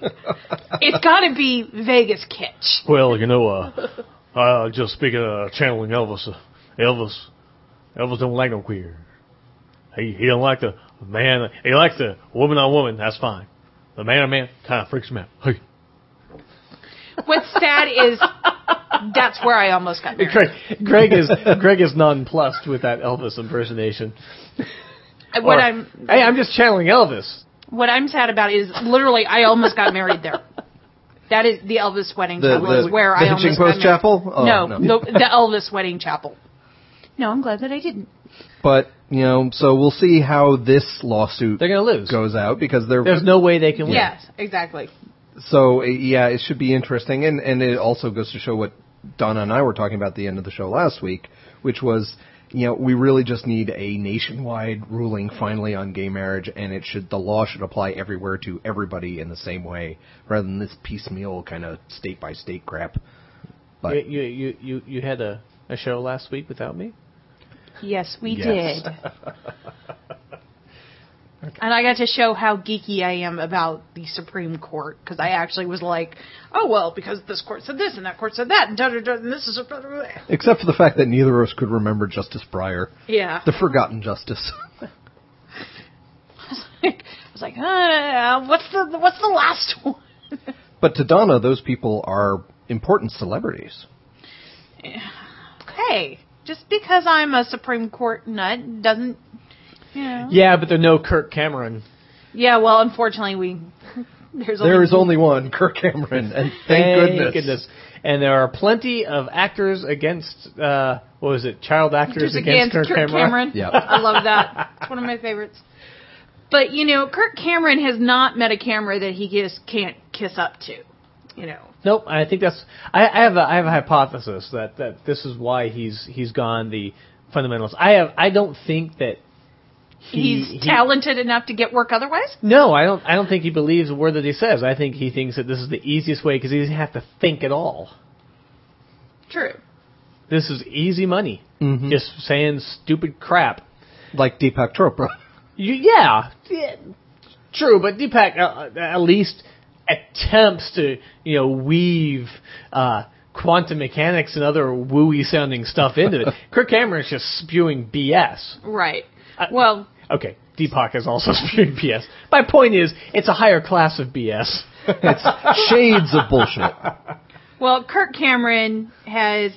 it's got to be Vegas kitsch.
Well, you know, uh, uh, just speaking of channeling Elvis, uh, Elvis, Elvis don't like no queer. He he don't like the man. He likes the woman on woman. That's fine. The man on man kind of freaks him out. Hey,
What's sad is that's where I almost got married.
Greg, Greg is Greg is nonplussed with that Elvis impersonation.
What
Or,
I'm
hey, I'm just channeling Elvis.
what I'm sad about is literally I almost got married there. That is the Elvis wedding
The-
chapel
the-
is where
the
I
Hitching
almost got
Post
married.
Chapel? Oh,
no,
no.
The, the Elvis wedding chapel. No, I'm glad that I didn't.
But you know, so we'll see how this lawsuit
They're gonna lose.
goes out because they're
There's no way they can win.
Yes, exactly.
so uh, yeah, it should be interesting, and and it also goes to show what Donna and I were talking about at the end of the show last week, which was you know we really just need a nationwide ruling finally on gay marriage, and it should the law should apply everywhere to everybody in the same way, rather than this piecemeal kind of state by state crap.
You,
But
you, you, you, you had a, a show last week without me?
Yes, we
Yes.
did. And I got to show how geeky I am about the Supreme Court because I actually was like, "Oh well, because this court said this and that court said that, and, da, da, da, and this is a
except for the fact that neither of us could remember Justice Breyer,
yeah."
the forgotten justice.
I was like, uh, "What's the what's the last one?"
but to Donna, those people are important celebrities.
Hey, just because I'm a Supreme Court nut doesn't, you know.
Yeah, but they're no Kirk Cameron.
Yeah, well, unfortunately, we there's
There is only one, Kirk Cameron, and thank, goodness.
And there are plenty of actors against, uh, what was it, child actors
Just
against, Kirk, Cameron.
Yeah.
I love that. It's one of my favorites. But you know, Kirk Cameron has not met a camera that he just can't kiss up to. You know,
Nope, I think that's. I, I have a I have a hypothesis that, that this is why he's he's gone the fundamentals. I have I don't think that he-
he's
he-
talented enough to get work otherwise.
No, I don't. I don't think he believes a word that he says. I think he thinks that this is the easiest way because he doesn't have to think at all.
True.
This is easy money.
Mm-hmm.
Just saying stupid crap.
Like Deepak Chopra.
You, yeah, yeah, true. But Deepak uh, uh, at least attempts to you know weave uh, quantum mechanics and other wooey sounding stuff into it. Kirk Cameron's just spewing BS.
Right. well,
Okay, Deepak is also spewing BS. My point is, it's a higher class of BS.
It's shades of bullshit.
well, Kirk Cameron has,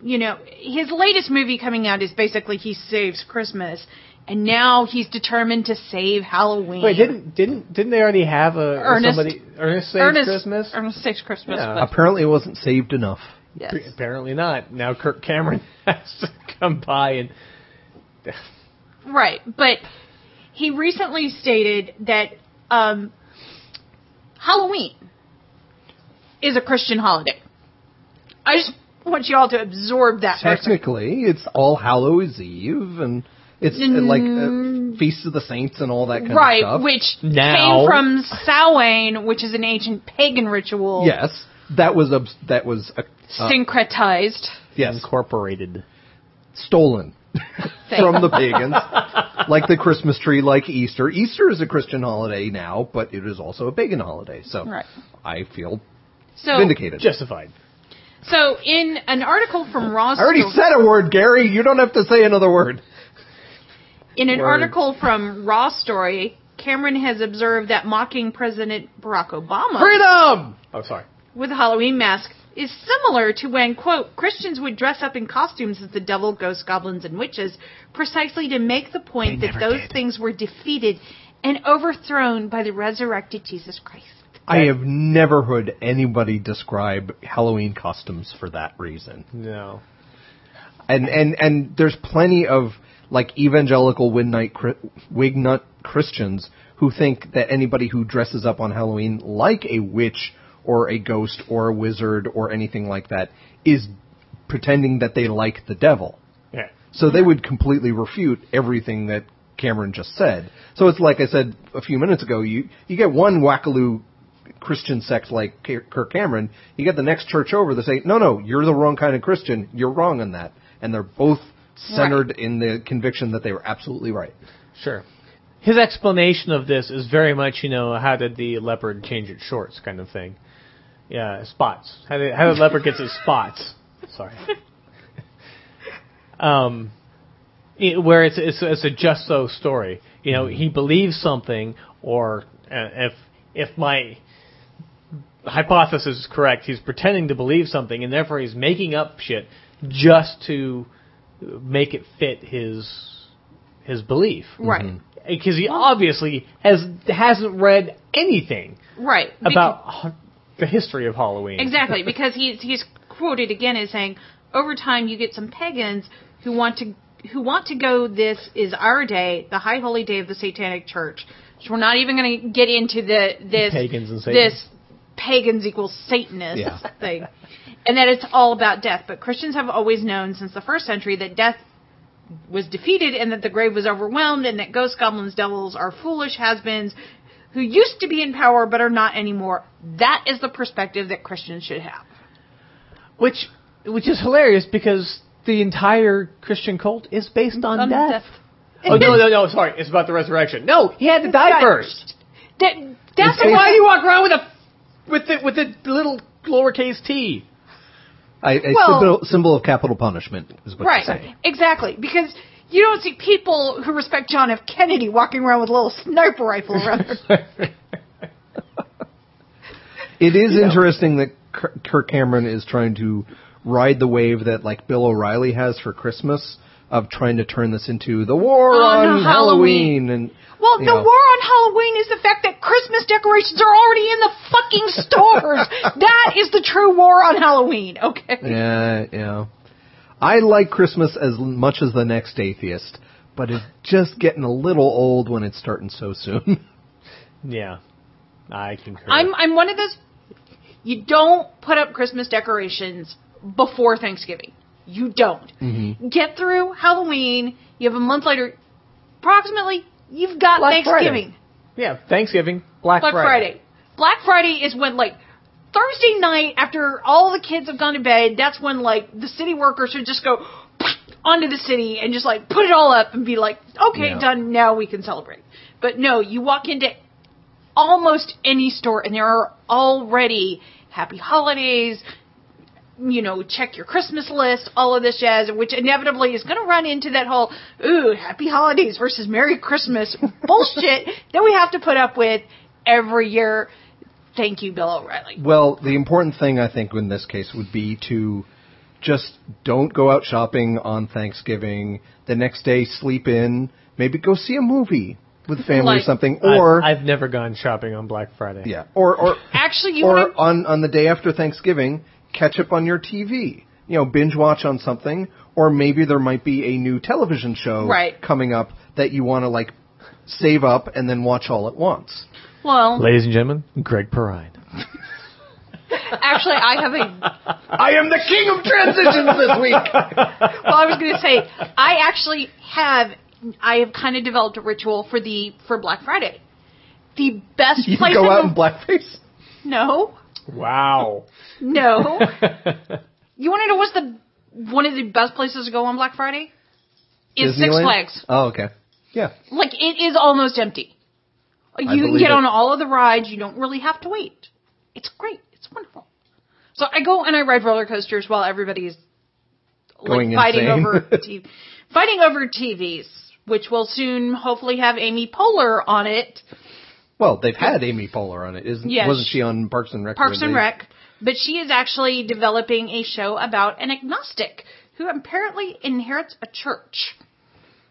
you know, his latest movie coming out is basically he saves Christmas, and now he's determined to save Halloween.
Wait, didn't didn't didn't they already have a
Ernest-
somebody Ernest Saves
Ernest
Christmas?
Ernest saves Christmas.
Yeah.
but-
Apparently, it wasn't saved enough.
yes.
P- Apparently not. Now Kirk Cameron has to come by and
Right, but he recently stated that um, Halloween is a Christian holiday. I just want you all to absorb that. for a second.
Technically, it's All Hallows Eve, and it's uh, like uh, Feast of the Saints and all that kind
right,
of stuff.
which
Now.
came from Samhain, which is an ancient pagan ritual.
yes, that was obs- that was uh, uh,
Syncretized.
yes
incorporated.
stolen
Thank-
from the pagans, like the Christmas tree, like Easter. Easter is a Christian holiday now, but it is also a pagan holiday. So
Right.
I feel
So,
vindicated.
Justified.
so in an article from Ross,
I already said a word, Gary. You don't have to say another word.
In an
Word.
article from Raw Story, Cameron has observed that mocking President Barack Obama
Freedom. Oh, sorry.
with a Halloween mask is similar to when, quote, Christians would dress up in costumes as the devil, ghosts, goblins, and witches, precisely to make the point that those things were defeated and overthrown by the resurrected Jesus Christ.
I have never heard anybody describe Halloween costumes for that reason.
No.
And and and there's plenty of like evangelical Wignite Chri- Wignut Christians who think that anybody who dresses up on Halloween like a witch or a ghost or a wizard or anything like that is pretending that they like the devil.
Yeah.
So they would completely refute everything that Cameron just said. So it's like I said a few minutes ago, you you get one wackaloo Christian sect like K- Kirk Cameron, you get the next church over. They say, no, no, you're the wrong kind of Christian. You're wrong on that, and they're both centered in the conviction that they were absolutely right.
Sure. His explanation of this is very much, you know, how did the leopard change its shorts kind of thing. Yeah, spots. How did, how did leopard gets its spots? Sorry. Um, it- where it's, it's it's a just so story. You know, he believes something, or uh, if if my hypothesis is correct, he's pretending to believe something, and therefore he's making up shit just to make it fit his his belief.
Right.
Mm-hmm.
Because he obviously has hasn't read anything
Right.
about ho- the history of Halloween.
Exactly, because he's he's quoted again as saying, "Over time, you get some pagans who want to who want to go. This is our day, the high holy day of the Satanic Church." So we're not even going to get into the this
Pagans and Satan.
this pagans equals Satanists
Yeah.
thing, and that it's all about death. But Christians have always known since the first century that death was defeated and that the grave was overwhelmed and that ghosts, goblins, devils are foolish has-beens who used to be in power but are not anymore. That is the perspective that Christians should have.
Which which is hilarious because the entire Christian cult is based on,
On
death.
Um, death.
Oh no no no! Sorry, it's about the resurrection. No, he had to die
Right.
first.
That, that's
So why
why
do you walk around with a with the with the little lowercase t?
I, a
Well-
symbol, symbol of capital punishment is what you're saying.
Right, exactly. Because you don't see people who respect John F. Kennedy walking around with a little sniper rifle around their
It is interesting that Kir- Kirk Cameron is trying to ride the wave that like Bill O'Reilly has for Christmas of trying to turn this into the war
On
on,
Halloween.
Halloween. and
Well,
you
the
know.
war on Halloween is the fact that Christmas decorations are already in the fucking stores. that is the true war on Halloween, okay?
Yeah, yeah. I like Christmas as much as the next atheist, but it's just getting a little old when it's starting so soon.
Yeah, I concur.
I'm I'm one of those. You don't put up Christmas decorations before Thanksgiving. You don't get through Halloween. You have a month later, approximately. You've got
Black
Thanksgiving,
yeah Thanksgiving Black,
Black Friday. Black Friday is when like Thursday night after all the kids have gone to bed. That's when like the city workers should just go onto the city and just like put it all up and be like, okay,
Yeah.
done. Now we can celebrate. But no, you walk into almost any store and there are already happy holidays you know check your christmas list all of this jazz which inevitably is going to run into that whole ooh happy holidays versus merry christmas bullshit that we have to put up with every year thank you bill o'reilly
well, the important thing I think in this case would be to just don't go out shopping on Thanksgiving. The next day, sleep in. Maybe go see a movie with family
Like-
or something.
Or
Or
I've, I've never gone shopping on Black Friday.
yeah, or or
actually you
or
wanna-
on on the day after Thanksgiving, catch up on your TV. You know, binge watch on something, or maybe there might be a new television show
Right.
coming up that you want to like save up and then watch all at once.
well
Ladies and gentlemen, Greg Perrine.
actually i have a
I am the king of transitions this week.
well, I was going to say I actually have I have kind of developed a ritual for the for Black Friday. The best
You
place
go
in
out
the-
in blackface.
no
Wow.
no. you want to know what's the one of the best places to go on Black Friday? Is Six
Disneyland?
Flags.
Oh, okay. Yeah.
Like it is almost empty. You can
believe
get
it.
on all of the rides. You don't really have to wait. It's great. It's wonderful. So I go and I ride roller coasters while everybody's like,
Going
fighting
insane.
over TV, fighting over TVs, which will soon hopefully have Amy Poehler on it,
Well, they've had Amy Poehler on it, isn't?
Yes.
Wasn't she on Parks and Rec?
Parks
when
and
they-
Rec. But she is actually developing a show about an agnostic who apparently inherits a church.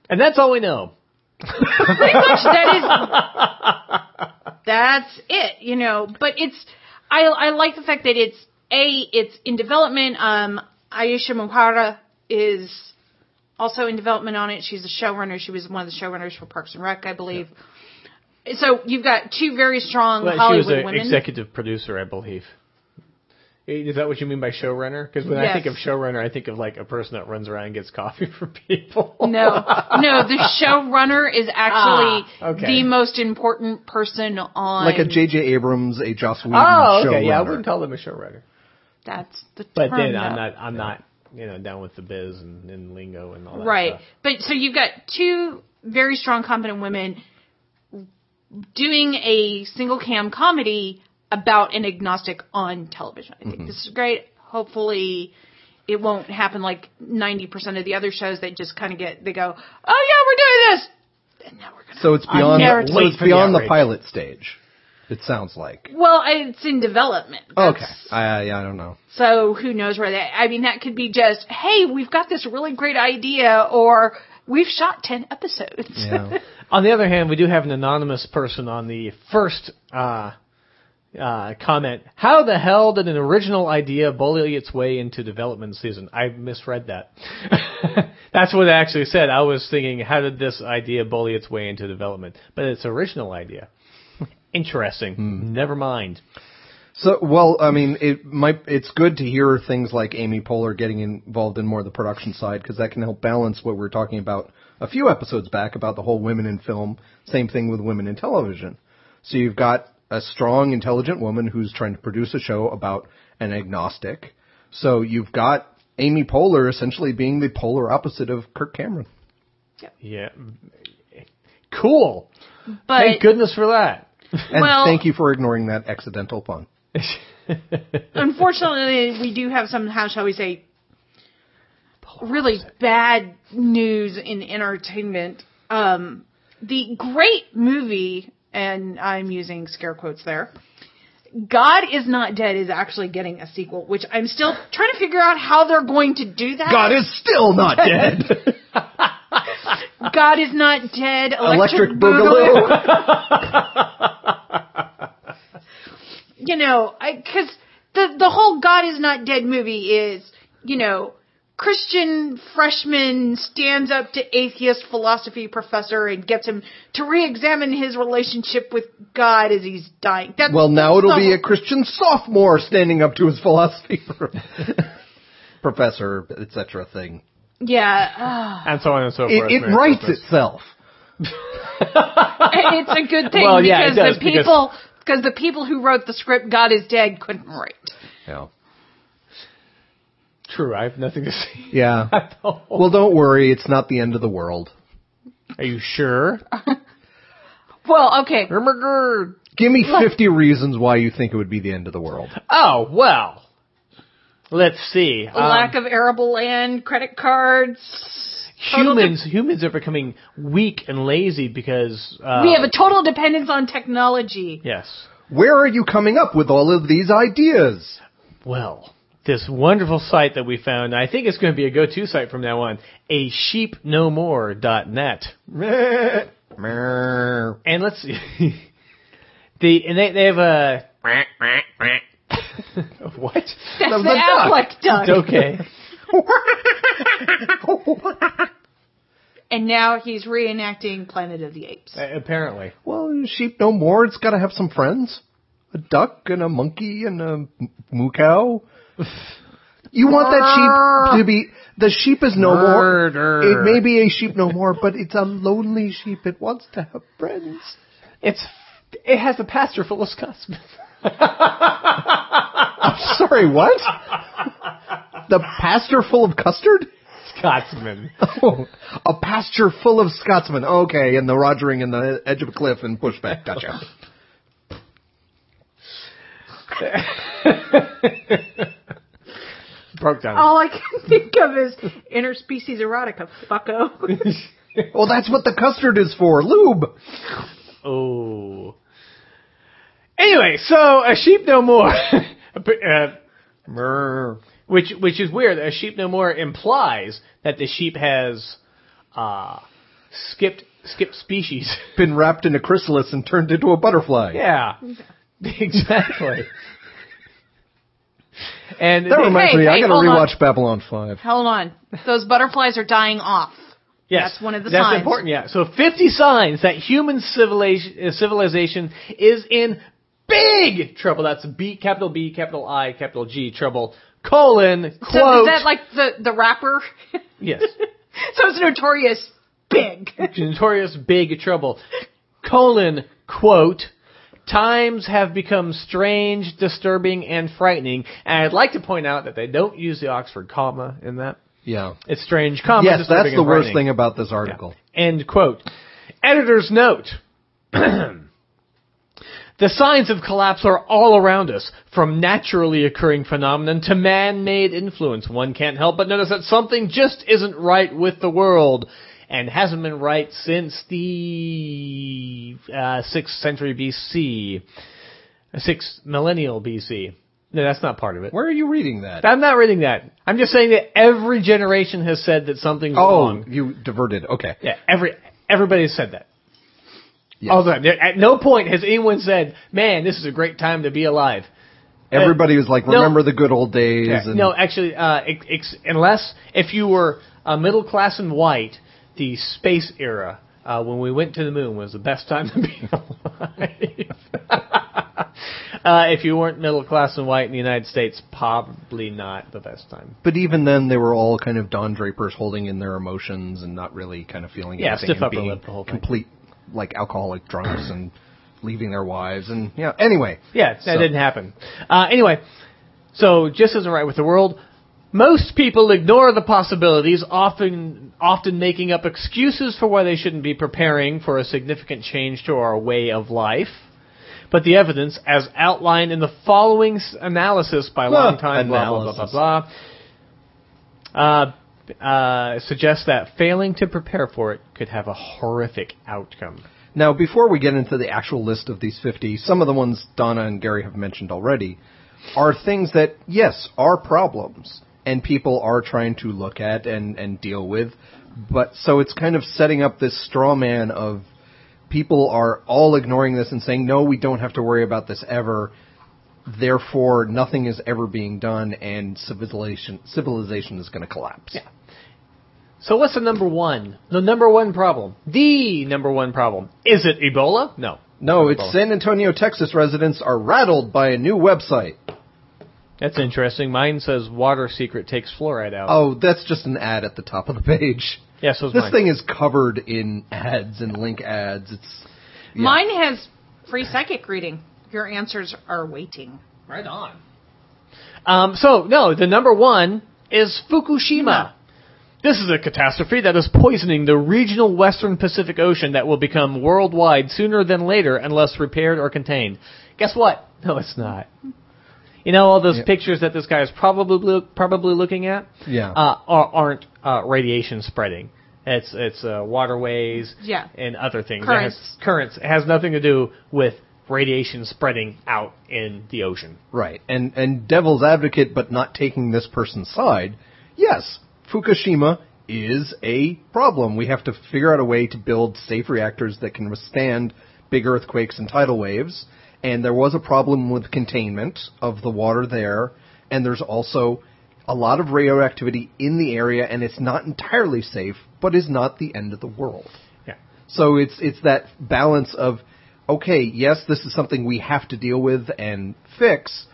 And that's all we know.
pretty much that is that's it you know but it's i i like the fact that it's a it's in development um aisha muhara is also in development on it she's a showrunner she was one of the showrunners for parks and rec i believe so you've got two very strong
Well, she
hollywood
was an
women
executive producer, I believe.
Is that what you mean by showrunner? Because when I
Yes.
think of showrunner, I think of like a person that runs around and gets coffee from people.
No, no, the showrunner is actually
Ah, okay.
the most important person on.
Like a J.J. Abrams, a Joss Whedon
Oh, okay. Yeah, I
showrunner.
wouldn't call them a showrunner.
That's the
But
term,
then
though.
I'm not. I'm not. You know, down with the biz and, and lingo and all that.
Right.
stuff.
But so you've got two very strong, competent women doing a single cam comedy about an agnostic on television. I think this is great. Hopefully it won't happen like 90% of the other shows that just kind of get, they go, oh yeah, we're doing this. And now we're going to.
So it's
I'm
beyond.
never
So
late
it's
for the
beyond the,
outrage.
pilot stage. It sounds like.
Well, it's in development.
Oh, Okay.
That's-
I I don't know.
So who knows where that? I mean, that could be just, hey, we've got this really great idea, or we've shot ten episodes.
Yeah.
On the other hand, we do have an anonymous person on the first uh, uh, comment. How the hell did an original idea bully its way into development season? I misread that. That's what it actually said. I was thinking, how did this idea bully its way into development? But it's original idea. Interesting.
Hmm.
Never mind.
So well, I mean, it might. It's good to hear things like Amy Poehler getting involved in more of the production side because that can help balance what we were talking about a few episodes back about the whole women in film. Same thing with women in television. So you've got a strong, intelligent woman who's trying to produce a show about an agnostic. So you've got Amy Poehler essentially being the polar opposite of Kirk Cameron.
Yeah. Cool.
But
Thank goodness for that.
And
Well-
thank you for ignoring that accidental pun.
unfortunately, we do have some, how shall we say, really bad news in entertainment. Um, the great movie, and I'm using scare quotes there. God is not dead is actually getting a sequel, which I'm still trying to figure out how they're going to do that.
God is still not dead.
God is not dead.
Electric
Electric, Boogaloo.
Boogaloo.
you know, because the the whole God is not dead movie is, you know, Christian freshman stands up to atheist philosophy professor and gets him to re-examine his relationship with God as he's dying. That's
Well, now it'll be a
so-
Christian sophomore standing up to his philosophy pro- professor, etc. thing.
yeah.
And so on and so
It,
forth.
it
Merry
writes
Christmas.
itself.
uh, it's a good thing
Well, yeah, it
because
does,
the
because-
people because the people who wrote the script God is dead couldn't write.
Yeah.
True. I have nothing to say.
Yeah.
Well,
Well, don't worry. It's not the end of the world.
are you sure?
Well, okay.
Remember
Give me 50 reasons why you think it would be the end of the world.
Oh, well. Let's see. Um,
Lack of arable land, credit cards.
humans humans are becoming weak and lazy because uh,
we have a total dependence on technology.
yes.
Where are you coming up with all of these ideas?
Well, this wonderful site that we found, I think it's going to be a go-to site from now on, a sheepnomore.net.
Mer.
And let's see. the and they they have a what?
That's
Sounds
the
like duck.
Affleck duck.
Okay.
And now he's reenacting Planet of the Apes.
A- Apparently.
Well, sheep no more. It's got to have some friends. A duck and a monkey and a m- moo cow. You want that sheep to be the sheep is no
Murder.
more. It may be a sheep no more, but it's a lonely sheep. It wants to have friends.
It's it has a pasture full of scuts.
Sorry, what? The pasture full of custard?
Scotsman.
Oh, a pasture full of Scotsmen. Okay, and the rogering and the edge of a cliff and pushback. Gotcha.
Broke down.
All I can think of is interspecies erotica, fucko.
Well, that's what the custard is for. Lube.
Oh. Anyway, so a sheep no more. uh,
Mer.
which which is weird. A sheep no more implies that the sheep has uh, skipped skipped species.
been wrapped in a chrysalis and turned into a butterfly.
yeah. Exactly. and
That reminds
Hey,
me, I
hey,
gotta
hold on.
rewatch Babylon 5.
Hold on. Those butterflies are dying off.
Yes,
That's one of the
that's
signs.
important. Yeah. So 50 signs that human civilization, uh, civilization is in big trouble. That's B, capital B, capital I, capital G, trouble, colon, quote.
So is that like the the rapper?
yes.
so it's notorious big.
Notorious big trouble. Colon, quote, times have become strange, disturbing, and frightening. And I'd like to point out that they don't use the Oxford comma in that.
Yeah.
It's strange, comma.
Yes,
disturbing,
that's the
and
worst
frightening.
thing about this article.
End quote. Editor's note. the signs of collapse are all around us, from naturally occurring phenomenon to man-made influence. One can't help but notice that something just isn't right with the world, and hasn't been right since the uh, 6th century BC. 6th millennial BC. No, that's not part of it.
Where are you reading that?
I'm not reading that. I'm just saying that every generation has said that something's wrong.
oh, you diverted. Okay.
Yeah, every everybody has said that.
Yes.
All the time. There- At no point has anyone said, "Man, this is a great time to be alive."
Everybody was like,
No.
remember the good old days. And
No, actually, uh, ex- ex- unless if you were uh, middle class and white, the space era uh, when we went to the moon was the best time to be alive. uh, if you weren't middle class and white in the United States, probably not the best time.
But even then, they were all kind of Don Drapers holding in their emotions and not really kind of feeling
Yeah,
anything
stiff
and
upper
being
lip the whole thing.
complete, like, alcoholic drunks and leaving their wives. And, yeah, anyway.
Yeah, that
So-
didn't happen. Uh, anyway, so just isn't right with the world. Most people ignore the possibilities, often often making up excuses for why they shouldn't be preparing for a significant change to our way of life. But the evidence, as outlined in the following s- analysis by longtime blah blah blah blah blah, uh, uh, suggests that failing to prepare for it could have a horrific outcome.
Now, before we get into the actual list of these 50, some of the ones Donna and Gary have mentioned already are things that, yes, are problems and people are trying to look at and, and deal with. But so it's kind of setting up this straw man of people are all ignoring this and saying, no, we don't have to worry about this ever. Therefore, nothing is ever being done and civilization, civilization is going to collapse.
So what's the number one? The number one problem. The number one problem. Is it Ebola? No.
No, it's San Antonio, Texas residents are rattled by a new website.
That's interesting. Mine says water secret takes fluoride out.
Oh, that's just an ad at the top of the page.
yeah, so is
This
mine.
thing is covered in ads and link ads. It's yeah.
Mine has free psychic reading. Your answers are waiting.
right on. Um, so no, the number one is Fukushima. This is a catastrophe that is poisoning the regional western Pacific Ocean that will become worldwide sooner than later unless repaired or contained. Guess what? No, it's not. You know all those
Yeah.
pictures that this guy is probably probably looking at?
Yeah.
Uh, are, aren't uh, radiation spreading. It's it's uh, waterways
Yeah.
and other things.
Currents.
It has, currents. It has nothing to do with radiation spreading out in the ocean.
right. And and devil's advocate but not taking this person's side. Yes, Fukushima is a problem. We have to figure out a way to build safe reactors that can withstand big earthquakes and tidal waves. And there was a problem with containment of the water there, and there's also a lot of radioactivity in the area and it's not entirely safe, but is not the end of the world.
Yeah.
So it's it's that balance of okay, yes, this is something we have to deal with and fix,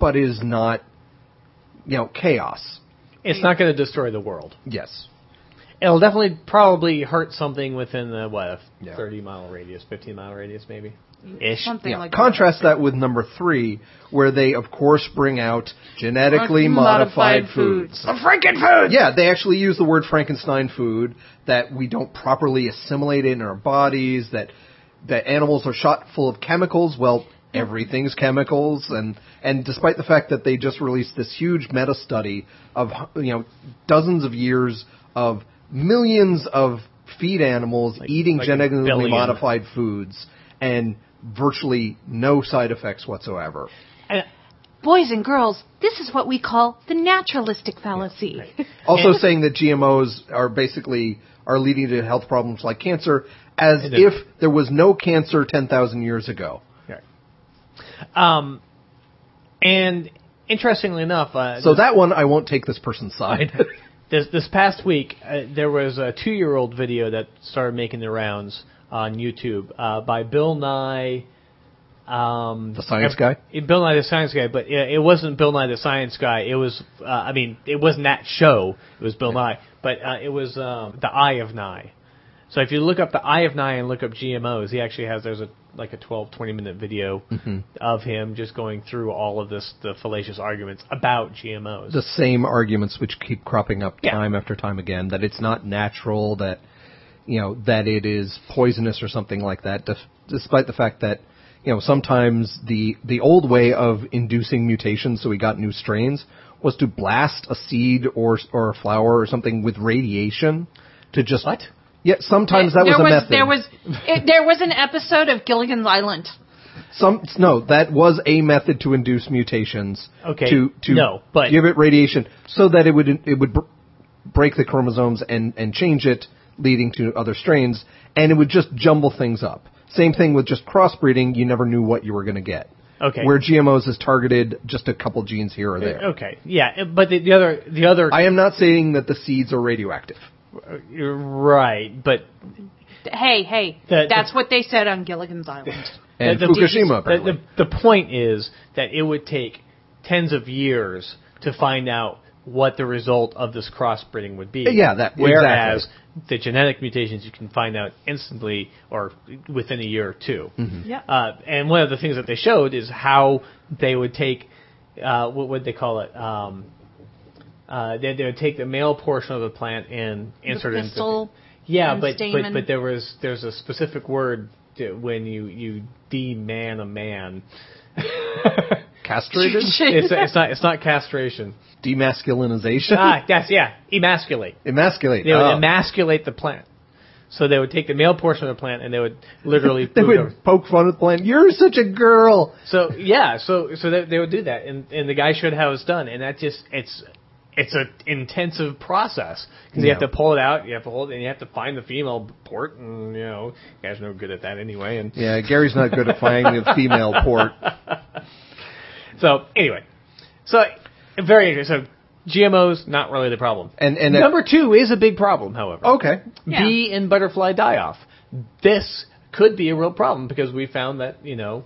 but it is not you know chaos.
It's not going to destroy the world.
Yes.
It'll definitely probably hurt something within the what a
Yeah.
30 mile radius, 15 mile radius maybe. Ish.
Mm-hmm. Something like
Contrast that with number three, where they of course bring out genetically modified, foods.
The freaking foods.
Yeah, they actually use the word Frankenstein food that we don't properly assimilate in our bodies. That that animals are shot full of chemicals. Well, everything's chemicals, and and despite the fact that they just released this huge meta study of you know dozens of years of millions of feed animals eating
like a
genetically
billion.
modified foods and virtually no side effects whatsoever.
And
that. Boys and girls, this is what we call the naturalistic fallacy.
Also saying that GMOs are basically are leading to health problems like cancer, as
It is.
if there was no cancer ten thousand years ago.
yeah. Um and interestingly enough, uh,
So that one, I won't take this person's side.
This this past week, uh, there was a two year old video that started making the rounds on YouTube uh, by Bill Nye. Um,
The science guy?
it- Bill Nye the Science Guy, but it, it wasn't Bill Nye the Science Guy. It was, uh, I mean, it wasn't that show. It was Bill Nye, but uh, it was um, the Eye of Nye. So if you look up the Eye of Nye and look up GMOs, he actually has there's a like a 12, 20 minute video
Mm-hmm.
of him just going through all of this the fallacious arguments about GMOs.
the same arguments which keep cropping up
Yeah.
time after time again that it's not natural that you know that it is poisonous or something like that def- despite the fact that you know sometimes the the old way of inducing mutations so we got new strains was to blast a seed or or a flower or something with radiation to just
What?
yeah sometimes that
there
was a
was
method
there was it, there was an episode of Gilligan's Island.
Some no, that was a method to induce mutations.
Okay,
To to
no, but-
give it radiation so that it would it would br- break the chromosomes and and change it, leading to other strains, and it would just jumble things up. Same thing with just crossbreeding; you never knew what you were going to get.
Okay. Uh,
Where GMOs is targeted, just a couple genes here or there.
Okay, yeah, but the, the other the other
I am not saying that the seeds are radioactive.
you're right, but
Hey, hey,
That-
that's what they said on Gilligan's Island.
And
the, the-
Fukushima,
the-
apparently.
The, the point is that it would take tens of years to find out what the result of this crossbreeding would be.
Yeah, that-
Whereas the genetic mutations you can find out instantly or within a year or 2
Mm-hmm.
Yeah.
Uh, and one of the things that they showed is how they would take uh, what would they call it? Um, uh, they, they would take the male portion of the plant and insert it into
pistil
yeah,
and
but, but
stamen.
but there was there's a specific word to, when you you de-man a man.
Castrated,
it's, it's not it's not castration.
demasculinization,
Ah, yes, yeah, emasculate.
emasculate.
They would
Oh.
emasculate the plant. So they would take the male portion of the plant and they would literally
they
move
would
it over.
poke fun at the plant. You're such a girl.
So yeah, so so they, they would do that, and and the guy showed how it's done, and that just it's it's a intensive process because you have
Yeah.
to pull it out, you have to hold, it, and you have to find the female port, and you know, you guys are no good at that anyway, and
Yeah, Gary's not good at finding the female port.
so anyway, so very interesting. So GMOs not really the problem,
And- and that- Oh,
number two is a big problem, however.
Okay.
bee and butterfly die off. This could be a real problem because we found that, you know,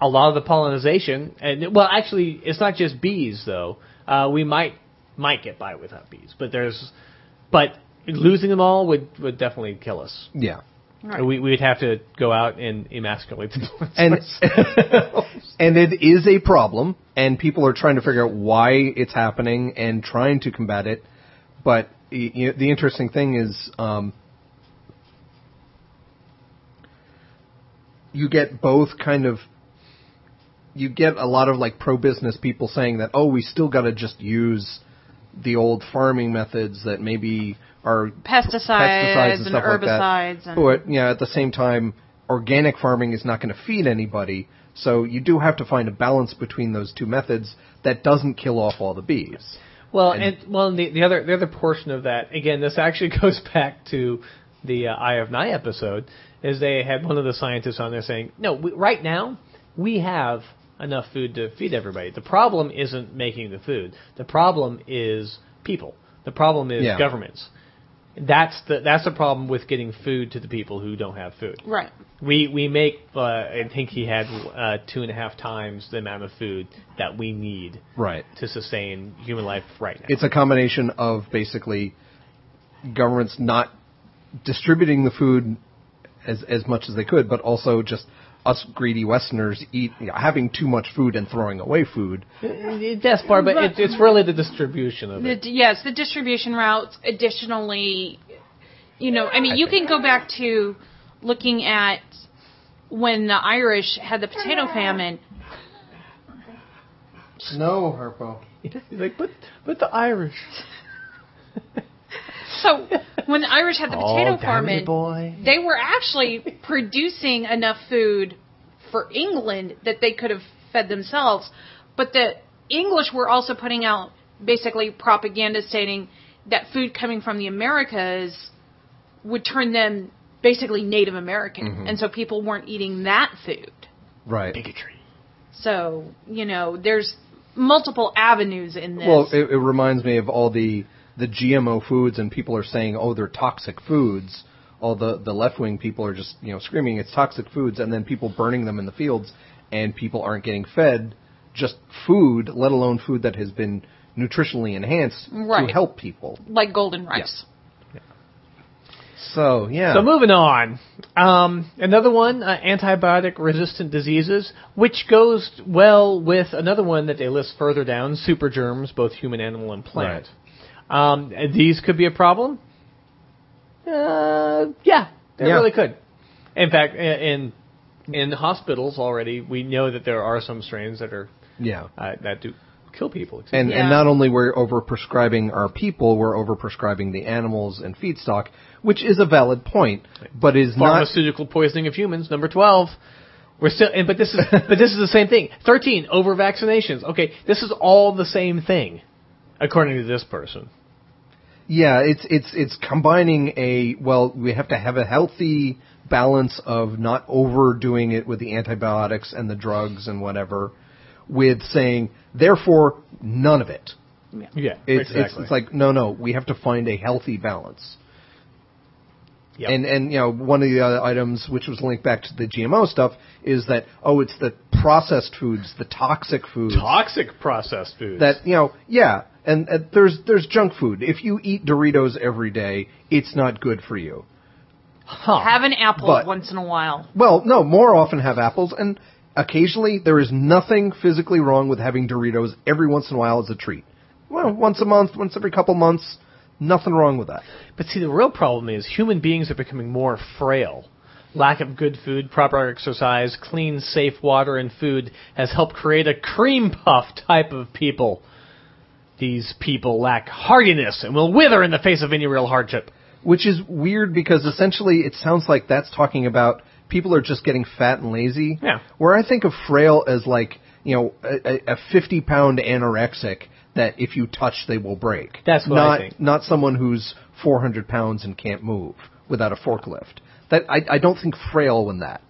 a lot of the pollinization and well actually it's not just bees though. Uh, we might might get by without bees, but there's but losing them all would, would definitely kill us.
Yeah.
We we'd have to go out and emasculate the plants.
And and it is a problem and people are trying to figure out why it's happening and trying to combat it. But y- you know, the interesting thing is um, you get both kind of you get a lot of like pro business people saying that oh we still got to just use the old farming methods that maybe are
Pesticides, and
stuff like that.
herbicides and
But yeah, at the same time, organic farming is not going to feed anybody, so you do have to find a balance between those two methods that doesn't kill off all the bees.
Well, and,
And-
well, and the, the other the other portion of that again, this actually goes back to the uh, Eye of Night episode, is they had one of the scientists on there saying, "No, we, right now we have enough food to feed everybody. The problem isn't making the food. The problem is people. The problem is
Yeah.
governments. That's the that's the problem with getting food to the people who don't have food.
right.
We we make uh, I think he had uh, two and a half times the amount of food that we need
Right.
to sustain human life right now.
It's a combination of basically governments not distributing the food as as much as they could, but also just us greedy Westerners eat you know, having too much food and throwing away food.
That's part, but it, it's really the distribution of
The,
it.
d- yes, the distribution routes. Additionally, you know, I mean, you can go back to looking at when the Irish had the potato famine.
No, Harpo.
He's like, but but the Irish.
So when the Irish had the potato famine,
Oh, boy.
they were actually producing enough food for England that they could have fed themselves, but the English were also putting out basically propaganda stating that food coming from the Americas would turn them basically Native American,
Mm-hmm.
and so people weren't eating that food.
Right.
So you know, there's multiple avenues in this.
Well, it, it reminds me of all the the GMO foods, and people are saying, "Oh, they're toxic foods." all the the left wing people are just you know screaming it's toxic foods, and then people burning them in the fields, and people aren't getting fed just food, let alone food that has been nutritionally enhanced
Right.
to help people.
like golden rice.
So yeah,
So moving on, um, another one, uh, antibiotic-resistant diseases, which goes well with another one that they list further down, super germs, both human, animal, and plant. Um, and these could be a problem. Uh, yeah, they
Yeah.
really could. In fact, i- in in hospitals already, we know that there are some strains that are
yeah.
uh, that do kill people.
And,
Yeah.
and not only we're overprescribing our people, we're overprescribing the animals and feedstock, which is a valid point, but is not
pharmaceutical poisoning of humans. Number twelve, we're still, and, but this is, but this is the same thing. Thirteen, over vaccinations. Okay, this is all the same thing, according to this person.
Yeah, it's it's it's combining a well, we have to have a healthy balance of not overdoing it with the antibiotics and the drugs and whatever, with saying therefore none of it.
Yeah,
It's it's, it's like no, no, we have to find a healthy balance.
Yep.
And and you know one of the other items which was linked back to the GMO stuff is that oh it's the processed foods, the toxic foods,
Toxic processed foods.
that you know yeah and, and there's there's junk food if you eat doritos every day it's not good for you
Have an apple
Oh. But-
once in a while.
well no more often have apples and occasionally there is nothing physically wrong with having doritos every once in a while as a treat well once a month once every couple months nothing wrong with that
But see, the real problem is human beings are becoming more frail. Lack of good food, proper exercise, clean, safe water and food has helped create a cream puff type of people. These people lack hardiness and will wither in the face of any real hardship.
which is weird because essentially it sounds like that's talking about people are just getting fat and lazy.
Yeah.
Where I think of frail as like you know a, a- a fifty pound anorexic that if you touch they will break.
That's what I
not,
think.
Not someone who's four hundred pounds and can't move without a forklift. That I, I don't think frail in that,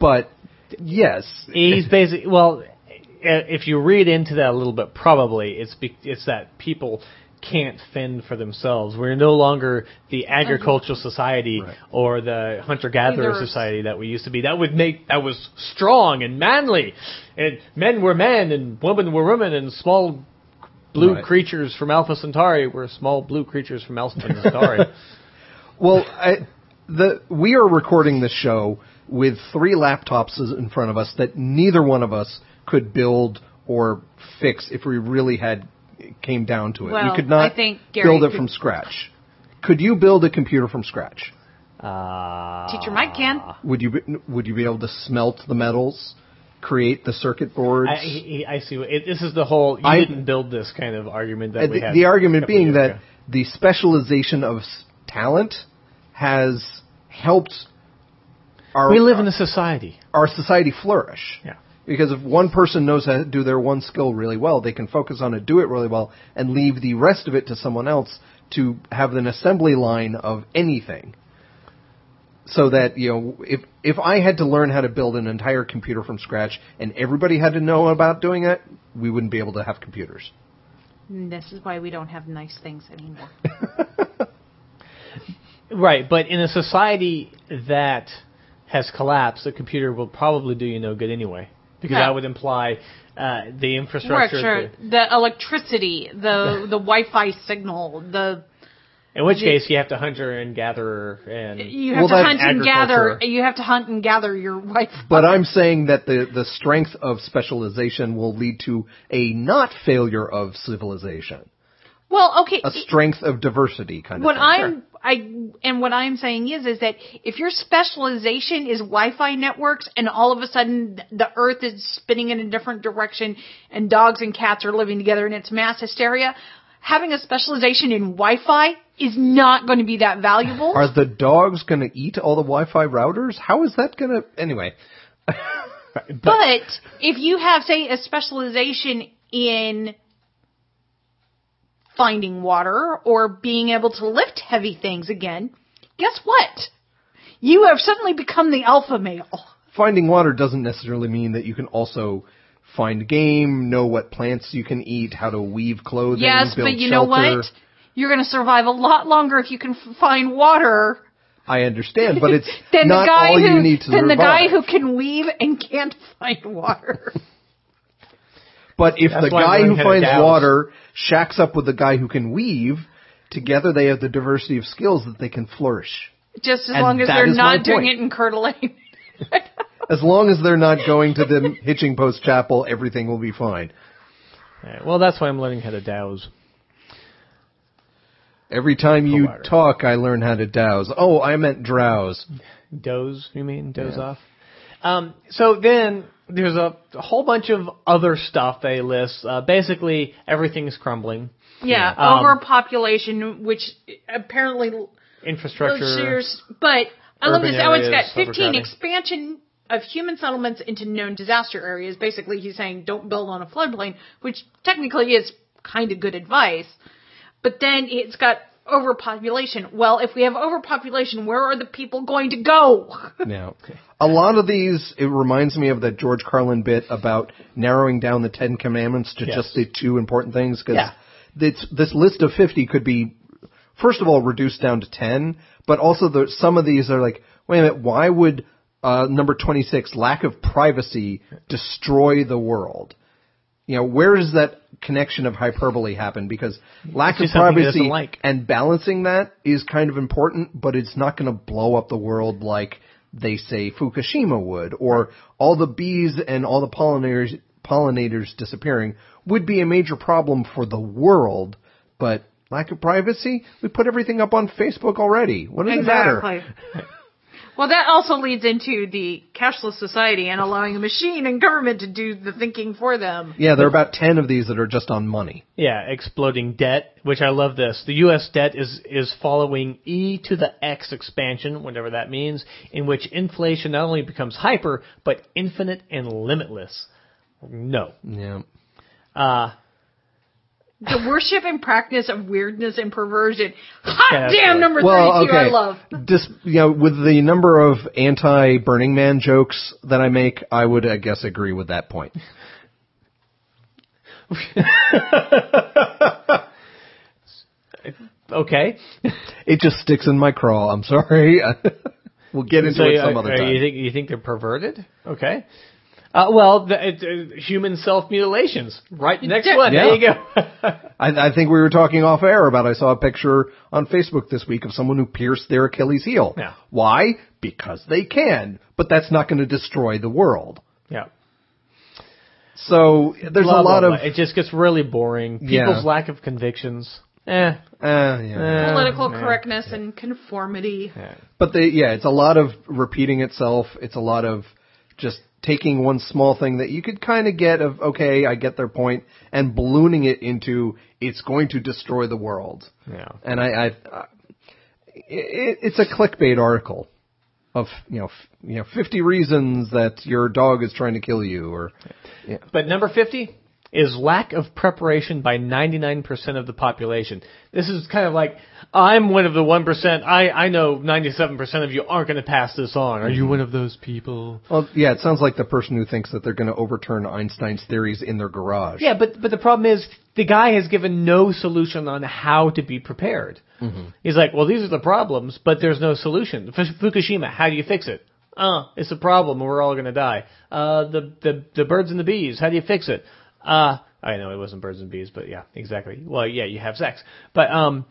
but yes,
He's basically well. i- If you read into that a little bit, probably it's be, it's that people can't fend for themselves. We're no longer the agricultural society or the hunter gatherer
Either.
society that we used to be. That would make that was strong and manly, and men were men and women were women and small blue
Right.
creatures from Alpha Centauri were small blue creatures from Alpha Centauri.
Well, I, the we are recording this show with three laptops in front of us that neither one of us could build or fix if we really had came down to it.
Well,
we could not
I think Gary
build it
could-
from scratch. Could you build a computer from scratch?
uh,
Teacher Mike can.
Would you be, would you be able to smelt the metals, create the circuit boards?
I, he- I see. What, it, this is the whole you
I-
didn't build this kind of argument that
Uh,
we
the,
had.
the
a
argument
couple
being
years
that
ago.
the specialization of s- talent has helped our
we live in a society.
our society flourish.
Yeah.
Because if one person knows how to do their one skill really well, they can focus on it, do it really well, and leave the rest of it to someone else to have an assembly line of anything. So that you know, if if I had to learn how to build an entire computer from scratch, and everybody had to know about doing it, we wouldn't be able to have computers.
This is why we don't have nice things anymore.
Right, but in a society that has collapsed, the computer will probably do you no good anyway, because
Yeah.
that would imply uh, the infrastructure.
Structure,
to-
the electricity, the the Wi-Fi signal, the
in which case, you have to hunter and gatherer and
you have
Well,
to
that's
hunt and gather.
agriculture.
You have to hunt and gather your Wi-Fi.
But I'm saying that the the strength of specialization will lead to a not failure of civilization,
well, okay.
a strength of diversity kind
what
of thing.
I'm I and what I'm saying is is that if your specialization is Wi-Fi networks and all of a sudden th- the earth is spinning in a different direction and dogs and cats are living together and it's mass hysteria, having a specialization in Wi-Fi is not going to be that valuable.
Are the dogs going to eat all the Wi-Fi routers? How is that going to? Anyway,
But if you have, say, a specialization in finding water or being able to lift heavy things again, guess what? You have suddenly become the alpha male.
finding water doesn't necessarily mean that you can also find game, know what plants you can eat, how to weave clothing.
Yes,
build
but you know
shelter.
what? You're going to survive a lot longer if you can f- find water.
I understand, but it's
Then
not
the guy
all
who
you need to
then the guy
revive.
who can weave and can't find water.
But if
That's
the
why
guy
Lynn
who
had a
finds
douse.
water shacks up with the guy who can weave, together they have the diversity of skills that they can flourish.
Just as
And
long as
that
they're
is my
not doing
point.
it in Coeur d'Alene.
As long as they're not going to the Hitching Post Chapel, everything will be fine.
Yeah, uh, well, that's why I'm learning how to douse.
Every time you
Provider.
talk, I learn how to douse. Oh, I meant drowse.
Doze, you mean? Doze off? Um, so then there's a, a whole bunch of other stuff they list. Uh, basically, everything's crumbling.
Yeah,
Um,
overpopulation, which apparently
Infrastructure.
Sure. But I love
urban
this. Oh, it's
areas,
got 15
overcrowding.
expansion of human settlements into known disaster areas. Basically, he's saying don't build on a floodplain, which technically is kind of good advice. But then it's got overpopulation. Well, if we have overpopulation, where are the people going to go?
Now, a lot of these, it reminds me of that George Carlin bit about narrowing down the Ten Commandments to
Yes.
just the two important things. Because
Yeah.
this, this list of 50 could be, first of all, reduced down to 10, but also the, some of these are like, wait a minute, why would uh, number 26, lack of privacy, destroy the world? You know, where does that connection of hyperbole happen? Because lack of
just something he doesn't
privacy
like.
and balancing that is kind of important, but it's not going to blow up the world like they say Fukushima would, or all the bees and all the pollinators pollinators disappearing would be a major problem for the world. But lack of privacy, we put everything up on Facebook already. What does it matter?
well, that also leads into the cashless society and allowing a machine and government to do the thinking for them.
Yeah, there are about ten of these that are just on money.
Yeah, exploding debt, which I love this. The U.S. debt is, is following E to the X expansion, whatever that means, in which inflation not only becomes hyper, but infinite and limitless. No.
Yeah.
Uh,
The worship and practice of weirdness and perversion. Hot
Yeah, that's
damn,
right.
number
Well,
32
okay.
I love.
Dis- you know, with the number of anti Burning Man jokes that I make, I would, I guess, agree with that point.
okay.
It just sticks in my craw. I'm sorry. we'll get into
So
it
you-
some other
uh,
time.
You think you think they're perverted? Okay. Uh, well, the, it, uh, human self mutilations. Right, next
Yeah.
one. There you
Yeah.
go.
I, I think we were talking off air about I saw a picture on Facebook this week of someone who pierced their Achilles heel.
Yeah.
Why? Because they can, but that's not going to destroy the world.
yeah.
So there's
Blah,
a lot
blah, blah.
of
it just gets really boring.
Yeah.
People's lack of convictions. Eh.
uh, yeah.
Political
man.
correctness and conformity.
But they, yeah, it's a lot of repeating itself. It's a lot of just taking one small thing that you could kind of get of, okay, I get their point, and ballooning it into, it's going to destroy the world.
Yeah.
And I, I, I it, it's a clickbait article of, you know, f- you know, 50 reasons that your dog is trying to kill you or,
But number 50 is lack of preparation by 99% of the population. This is kind of like, I'm one of the 1%. I, I know 97% of you aren't going to pass this on. Are you one of those people?
well, yeah, it sounds like the person who thinks that they're going to overturn Einstein's theories in their garage.
Yeah, but, but the problem is the guy has given no solution on how to be prepared. He's like, well, these are the problems, but there's no solution. F- Fukushima, how do you fix it? Uh, it's a problem. We're all going to die. Uh, the, the, the birds and the bees, how do you fix it? Uh, I know it wasn't birds and bees, but yeah, exactly. Well, yeah, you have sex. But, um,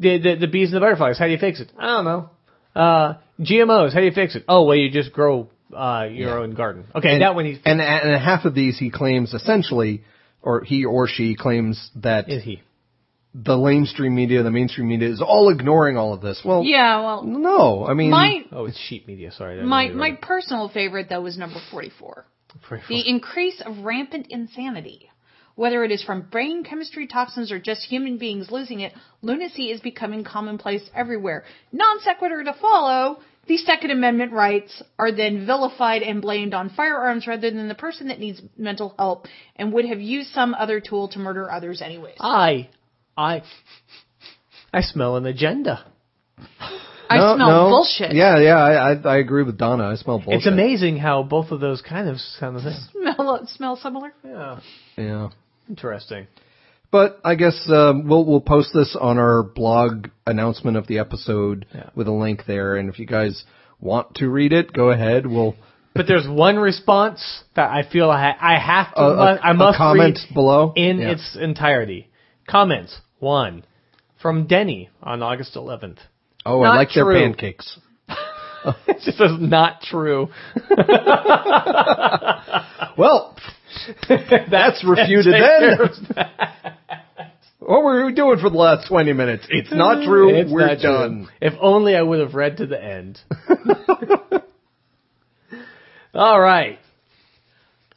the, the, the bees and the butterflies, how do you fix it? I don't know. Uh, GMOs, how do you fix it? Oh, well, you just grow, uh, your own garden. Okay, that one he's,
and and half of these he claims essentially, or he or she claims that
is he.
the mainstream media, the mainstream media is all ignoring all of this. Well,
Yeah, well,
no, I mean,
my
Oh, it's sheep media. Sorry. that
my
was-
my personal favorite though was number 44. The increase of rampant insanity. Whether it is from brain chemistry toxins or just human beings losing it, lunacy is becoming commonplace everywhere. Non sequitur to follow, the Second Amendment rights are then vilified and blamed on firearms rather than the person that needs mental help and would have used some other tool to murder others anyways.
I, I, I smell an agenda.
I
no,
smell
no.
bullshit.
Yeah, yeah, I, I I agree with Donna. I smell bullshit.
It's amazing how both of those kind of sound the same.
Smell smell similar.
Yeah,
Yeah.
interesting.
But I guess um, we'll we'll post this on our blog announcement of the episode with a link there, and if you guys want to read it, go ahead. We'll
But there's one response that I feel I, ha- I have to.
a- a-
I
a
must
comment
read
below?
in
Yeah.
its entirety. Comments one from Denny on August 11th.
oh,
not
I like
true.
their pancakes.
It just says not true.
Well, that's refuted then. What were we doing for the last twenty minutes? It's not true.
It's
we're
not true.
done.
If only I would have read to the end. All right.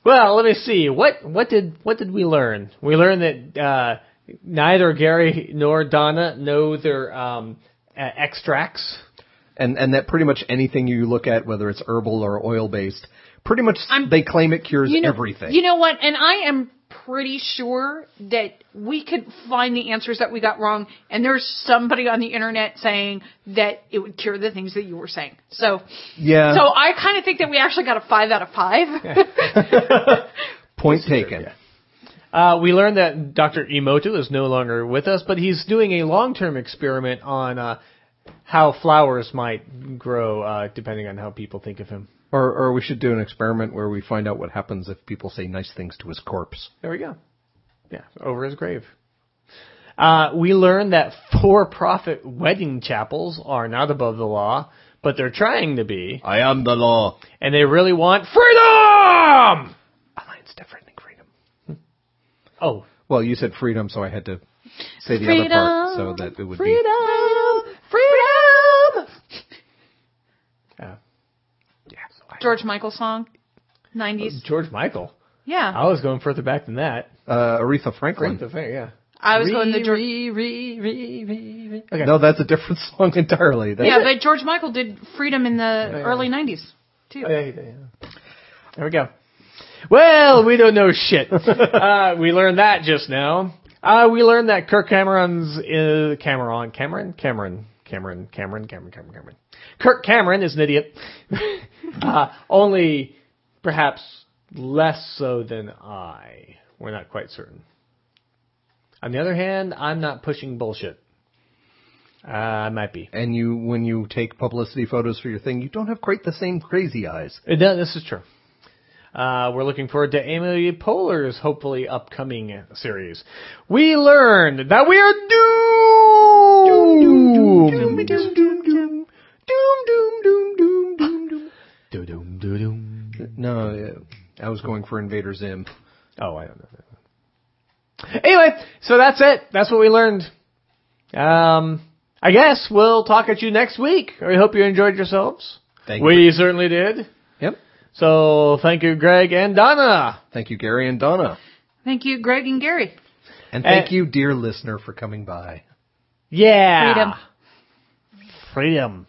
Well, let me see. What what did what did we learn? We learned that uh, neither Gary nor Donna know their um, uh, extracts.
and and that pretty much anything you look at, whether it's herbal or oil based, pretty much they claim it cures
You know,
everything.
You know what? And I am pretty sure that we could find the answers that we got wrong. And there's somebody on the internet saying that it would cure the things that you were saying. So,
yeah,
so I kind of think that we actually got a five out of five.
point taken.
Uh, we learned that Dr. Emoto is no longer with us, but he's doing a long-term experiment on uh, how flowers might grow uh, depending on how people think of him.
Or or we should do an experiment where we find out what happens if people say nice things to his corpse.
There we go. Yeah, over his grave. Uh, we learned that for-profit wedding chapels are not above the law, but they're trying to be,
I am the law.
and they really want freedom.
Alliance defending freedom.
Oh,
Well, you said freedom, so I had to say the other part so that it would
freedom, freedom.
uh,
George Michael song,
Uh,
nineties.
George Michael.
Yeah,
I was going further back than that.
be uh, Aretha
Great
Franklin.
the thing, yeah.
I was going the George.
Okay.
No, that's a different song entirely. That's
Yeah, but George Michael did freedom in the early nineties.
Oh, yeah, yeah, yeah. There we go. Well, we don't know shit. uh, we learned that just now. Uh, we learned that Kirk Cameron's uh, Cameron Cameron Cameron Cameron Cameron Cameron Cameron Cameron. Kirk Cameron is an idiot. uh, only perhaps less so than I. We're not quite certain. On the other hand, I'm not pushing bullshit. Uh, I might be.
and you when you take publicity photos for your thing, you don't have quite the same crazy eyes.
Uh, No, this is true. Uh, we're looking forward to Amy Poehler's hopefully upcoming series. We learned that we are doomed. Doom, doom, doom, doom, doom, doom, doom.
No, uh, I was going for Invader Zim.
Oh, I don't know. Anyway, so that's it. That's what we learned. Um, I guess we'll talk at you next week. We hope you enjoyed yourselves.
Thank you.
We certainly did.
Yep.
So thank you, Greg and Donna.
Thank you, Gary and Donna.
Thank you, Greg and Gary.
And thank
Uh,
you, dear listener, for coming by.
Yeah.
Freedom.
Freedom.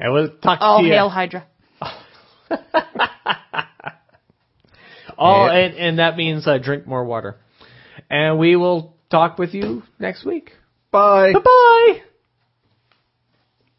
And we'll talk
All
to you.
hail Hydra.
All,
Yeah.
Oh, and, and that means uh, drink more water. And we will talk with you next week.
Bye.
Bye.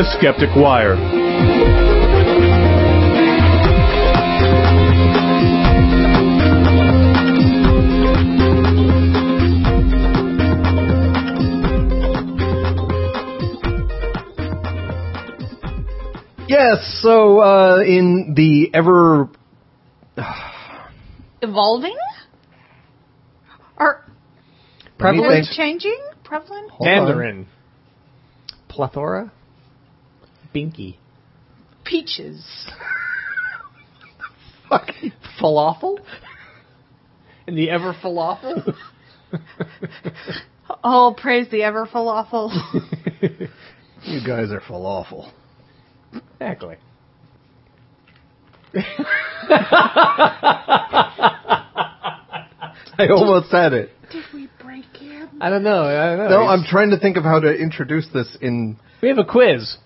The Skeptic Wire.
Yes, so uh, in the ever
Evolving? Are
Let
words
me think.
changing? Prevalent?
Hold on.
Mandarin. Plethora. Binky.
Peaches.
Fucking falafel. And the ever falafel.
Oh, praise the ever falafel.
you guys are falafel.
exactly.
I almost said it.
Did we break him?
I don't know. I don't know.
No,
He's-
I'm trying to think of how to introduce this in.
We have a quiz.